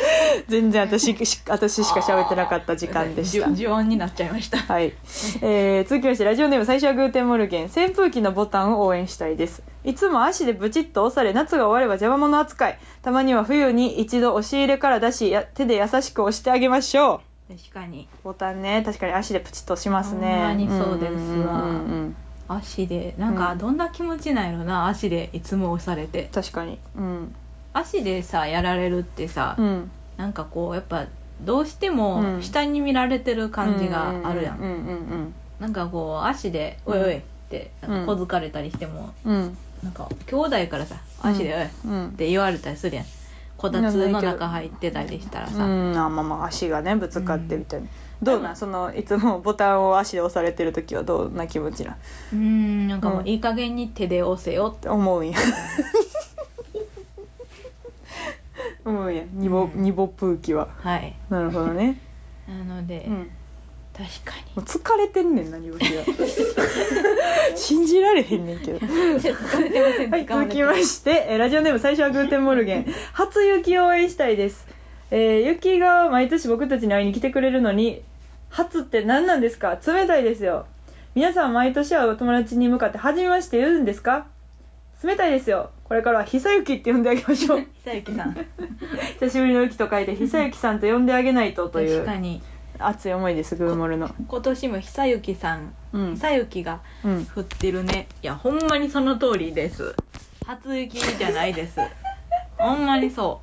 全然私し私しか喋ってなかった時間でした
じゅ呪音になっちゃいました
はい、えー、続きましてラジオネーム最初はグーテンモルゲン扇風機のボタンを応援したいですいつも足でブチッと押され夏が終われば邪魔者扱いたまには冬に一度押し入れから出しや手で優しく押してあげましょ
確かに
うボタンね確かに足でプチッと押しますね
ほんまにそうで
うんうん
すわ
うんうん
足でなん
う
か
ん
どんな気持ちなんやろな足でいつも押されて
確かにうん
足でさやられるってさ、
うん
なんかこうやっぱどうして
うん
も下に見られてる感じがあるやん、
うんうん
なんかこう足で「
うん
おいおい」ってなんか小づかれたりしても、
うんうん
なんか兄弟からさ「足でおい」っ
うんうん
て言われたりするやんこたつの中入ってたりしたら
う
さ、
ん、あまあまあ足がねぶつかってみたいな、どう
で
なん
も
そのいつもボタンを足で押されてる時はどんな気持ちなん
うーんなんかもういい加減に手で押せよって
思うんや思うんやニボ,、
うん
ニボプーキは
はい
なるほどね、
なので、
うん、も
確か
う疲れてんねんなニボキは信じられへんねんけど
に疲れてません
はい、続きまして、えーラジオネーム最初はグーテンモルゲン。初雪を応援したいです。えー、雪が毎年僕たちに会いに来てくれるのに、初って何なんですか冷たいですよ。皆さん毎年はお友達に向かって、はじめまして言うんですか冷たいですよ。これからは久雪って呼んであげましょう。
久雪さん
久しぶりの雪と書いて、久雪さんと呼んであげないととい
確か
う
に
熱い思いです、グーモルの。
今年も久雪さん
うん。
久雪が
うん。
降ってるねいやほんまにその通りです初雪じゃないですほんまにそ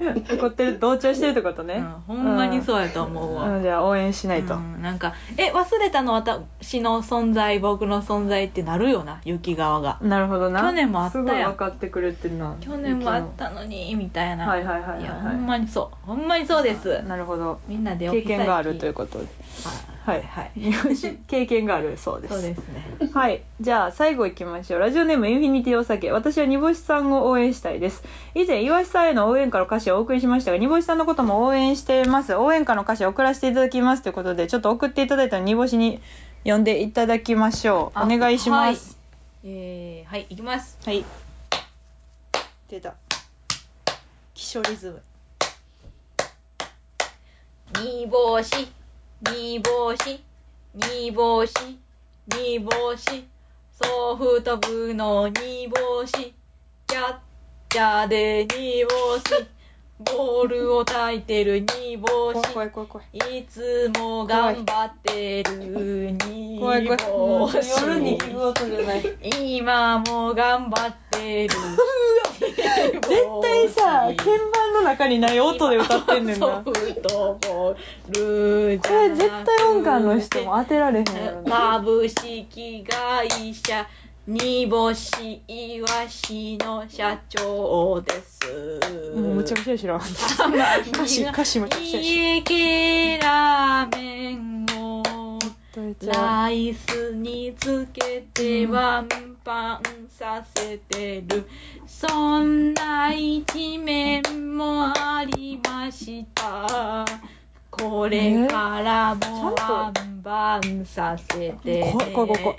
う、
怒ってる、同調してるってこと
うん、
ね。
ほんまにそうやと思うわ、
うんじゃあ応援しないと。
うんなんか「え忘れたの私の存在僕の存在」ってなるよな雪側が
なるほどな
去年もあったやん
すごい分かってくれてるな
去年もあったのにみたいな、
はいはいはいはいはい
やほんまにそうほんまにそうです
なるほど
みんなで
経験があるという
か
こ とで
は
はいい
はい
経験があるそうです
そうですね
はいじゃあ最後いきましょうラジオネームインフィニティお酒私は煮干しさんを応援したいです以前岩井さんへの応援歌の歌詞をお送りしましたが煮干しさんのことも応援しています応援歌の歌詞を送らせていただきますということでちょっと送っていただいたの煮干しに呼んでいただきましょう
あ
お願いします
はい、えー、はい行きます
はい、出た気象リズム
煮干し、煮干し、煮干し、煮干し、ソフト部の煮干し、キャッチャーで煮干し、ボールを叩いてる煮干
怖い怖
し、
い怖い怖い
いつも頑張ってる煮
怖い怖いも
干
う
し、
夜に聞く音じゃない
今も頑張って る煮干し
絶対さ鍵盤の中にない音で歌ってんねんな
ソ
こ
フトボールじゃ
れ
なく
絶
て
対音感の人も当てられへんやろな
株式会社煮干しいわしの社長です
もうむちゃくちゃやしな歌
たま
詞
には
歌詞むちゃくちゃやし
家系ラーメンを
どうやっちゃ
ライスにつけてはパンさせてるそんな一面もありましたこれからも
えちゃ
バ
ん
ンバンさせてね
怖い怖い怖い怖い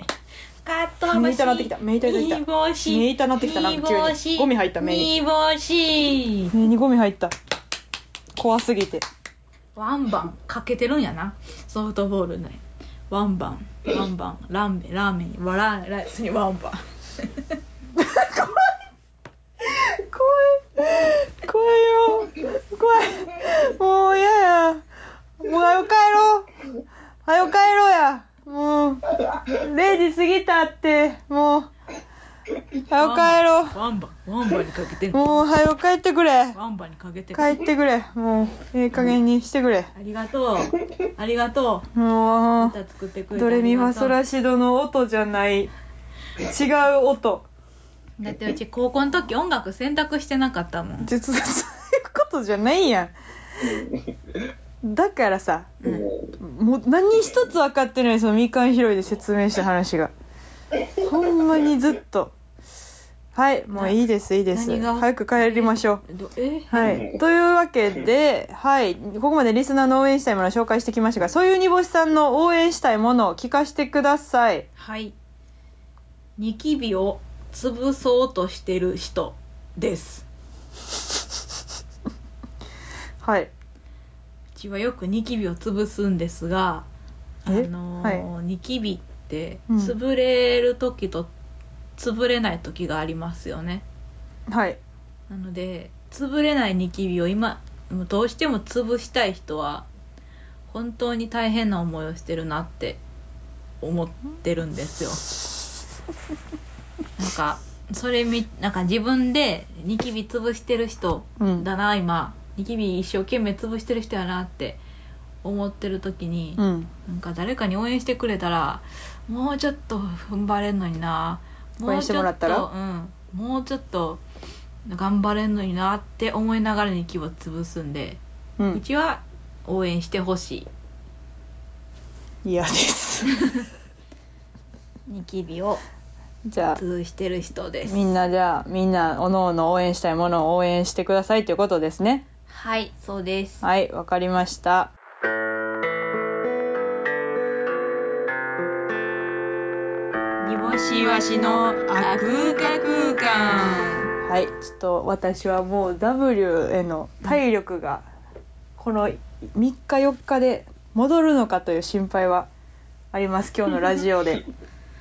かっ飛ば
目
し
痛なってきた目痛いなってきた
煮干し
目痛なってきたなんか急に
煮干し
ゴミ入った目に
煮干し
目にゴミ入った怖すぎて
ワンバンかけてるんやなソフトボールねワンバンワンバンラーメンラーメンにわらライスにワンバン
怖い怖いよ怖いもう嫌やもうはよ帰ろうはよ帰ろうやもう0時過ぎたってもうはよ帰ろう
ワンバンワンバンにかけてる
もうはよ帰ってくれ
ワンバンにかけてるあ
帰ってくれもうええ加減にしてくれ
りがとうありがとう
もう
歌作ってくれて
ドレミファソ
ありが
ラシドの音じゃない違う音
とうだってうち高校の時音楽選択してなかったもん
実はそういうことじゃないやんだからさもう何一つ分かってないそのみかん拾いで説明した話がほんまにずっとはいもういいですいいです
何が
早く帰りましょう
どえ
はい、というわけで、はい、ここまでリスナーの応援したいものを紹介してきましたがそういう煮干しさんの応援したいものを聞かせてください
はいニキビを潰そうとしてる人です
はいう
ちはよくニキビを潰すんですがあ
え
のー
は
ニキビって
うん
潰れる時と潰れない時がありますよね、
はい
なので潰れないニキビを今もうどうしても潰したい人は本当に大変な思いをしてるなって思ってるんです よなんかそれみなんか自分でニキビ潰してる人
うん
だな今ニキビ一生懸命潰してる人やなって思ってる時に、
うん
なんか誰かに応援してくれたらもうちょっと踏ん張れんのにな
応援してもらったら
もうちょっとうん、もうちょっと頑張れんのになって思いながらに気を潰すんで、
う
うんちは応援してほしい
嫌です
ニキビを
じゃあ
潰してる人です
みんなじゃあみんなおのおの応援したいものを応援してくださいということですね
はいそうです
はいわかりました
煮干しわしのあ空間空間
はいちょっと私はもう W への体力がこの3日4日で戻るのかという心配はあります今日のラジオ で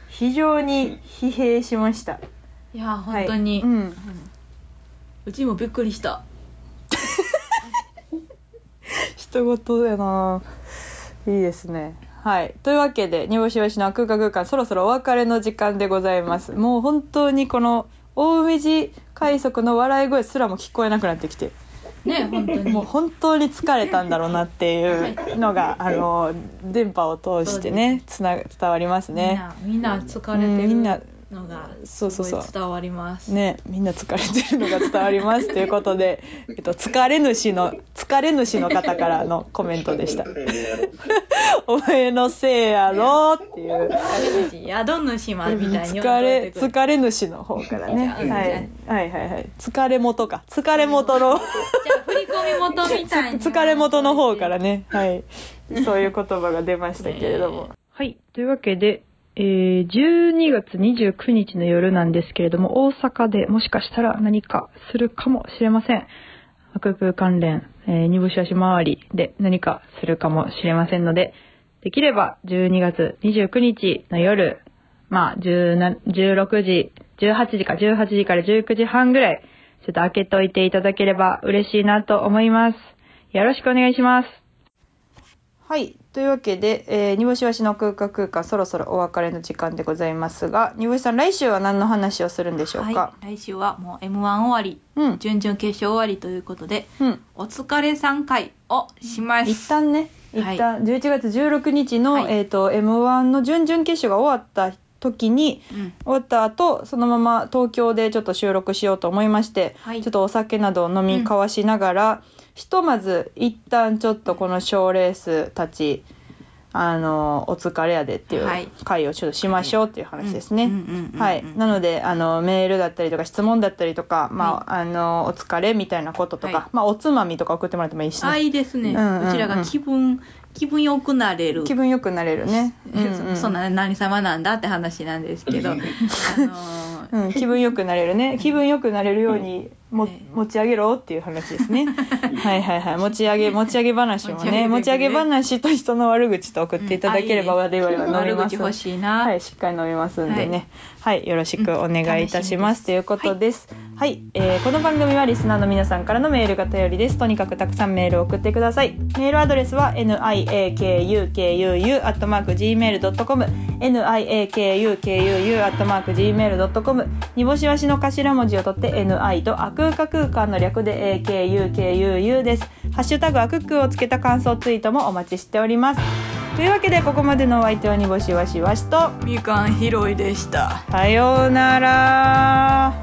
非常に疲弊しました
いや本当
はい
に、
うん、
うちもびっくりした
人事やないいですねはいというわけで煮干しわしの空間空間そろそろお別れの時間でございますもう本当にこの大梅寺快速の笑い声すらも聞こえなくなってきて
ね本当に
もう本当に疲れたんだろうなっていうのがあの電波を通してねつな伝わりますね
みんなみんな疲れて
うんみんな
るのがす
そうそうそ
ご
う
い伝わります、
ねみんな疲れてるのが伝わりますということで、えっと、疲れ主の疲れ主の方からのコメントでしたお前のせいやろっていう
宿主までみたいに
疲れ
くる
疲れ主の方からね、
うん
はい、はいはいはい疲れ元か疲れ元の
じゃあ振り込み元みたいに
疲れ元の方からね、はい、そういう言葉が出ましたけれど も。はい、というわけで、えー12月29日の夜なんですけれども、大阪でもしかしたら何かするかもしれません。悪空関連、えー、煮干し足回りで何かするかもしれませんので、できれば12月29日の夜、まあ、17 16時、18時か、18時から19時半ぐらい、ちょっと開けといていただければ嬉しいなと思います。よろしくお願いします。はい。というわけで、えー、煮干しわしの空間空間、そろそろお別れの時間でございますが、煮干しさん、来週は何の話をするんでしょうか
は、い、来週はもう m 1終わり、
うん。
準々決勝終わりということで
うん。
お疲れ3回をします
一旦ね、一
はい
旦、11月16日の、
はい
えっ、と、M1 の準々決勝が終わった時に、
うん
終わった後そのまま東京でちょっと収録しようと思いまして、
はい
ちょっとお酒などを飲み交わしながら、ひとまず一旦ちょっとこの賞ーレースたちあの、お疲れやでってい
はいう
会をちょっとしましょうっていう話ですね。
うんうんうんうん
はい。なので、あの、メールだったりとか質問だったりとか、まあ、あの、お疲れみたいなこととか、
はい
まあ、おつまみとか送ってもらってもいいしね、
あいいですね、
うんうんうん
うちらが気分気分よくなれる
気分良くなれるね。うんうん
そそ んな何様なんだって話なんです けどあのー
うん、気分よくなれる ね気分よくなれるようにも、
ね
持ち上げろっていう話です ねはいはいはい持ち上げ持ち上げ話もね持
持
ち
ち
上
上
げ
げてくれ
話と人の悪口と送っていただければ
うん
我々は飲み
悪
ます、
口欲しいな、
はい、しっかり飲みますんでね。はい、よろしくお願いいたします。
うん
ということです。はい、えーこの番組はリスナーの皆さんからのメールが頼りです。とにかくたくさんメールを送ってください。メールアドレスは n i a k u k u u アットマーク gmail ドットコム n i a k u k u u アットマーク gmail ドットコムにぼしわしの頭文字を取って n i とあくうか空間の略で a k u k u u です。ハッシュタグあくくをつけた感想ツイートもお待ちしております。というわけでここまでのお相手はにぼしわしわしと。
みかん広いでした
さようなら。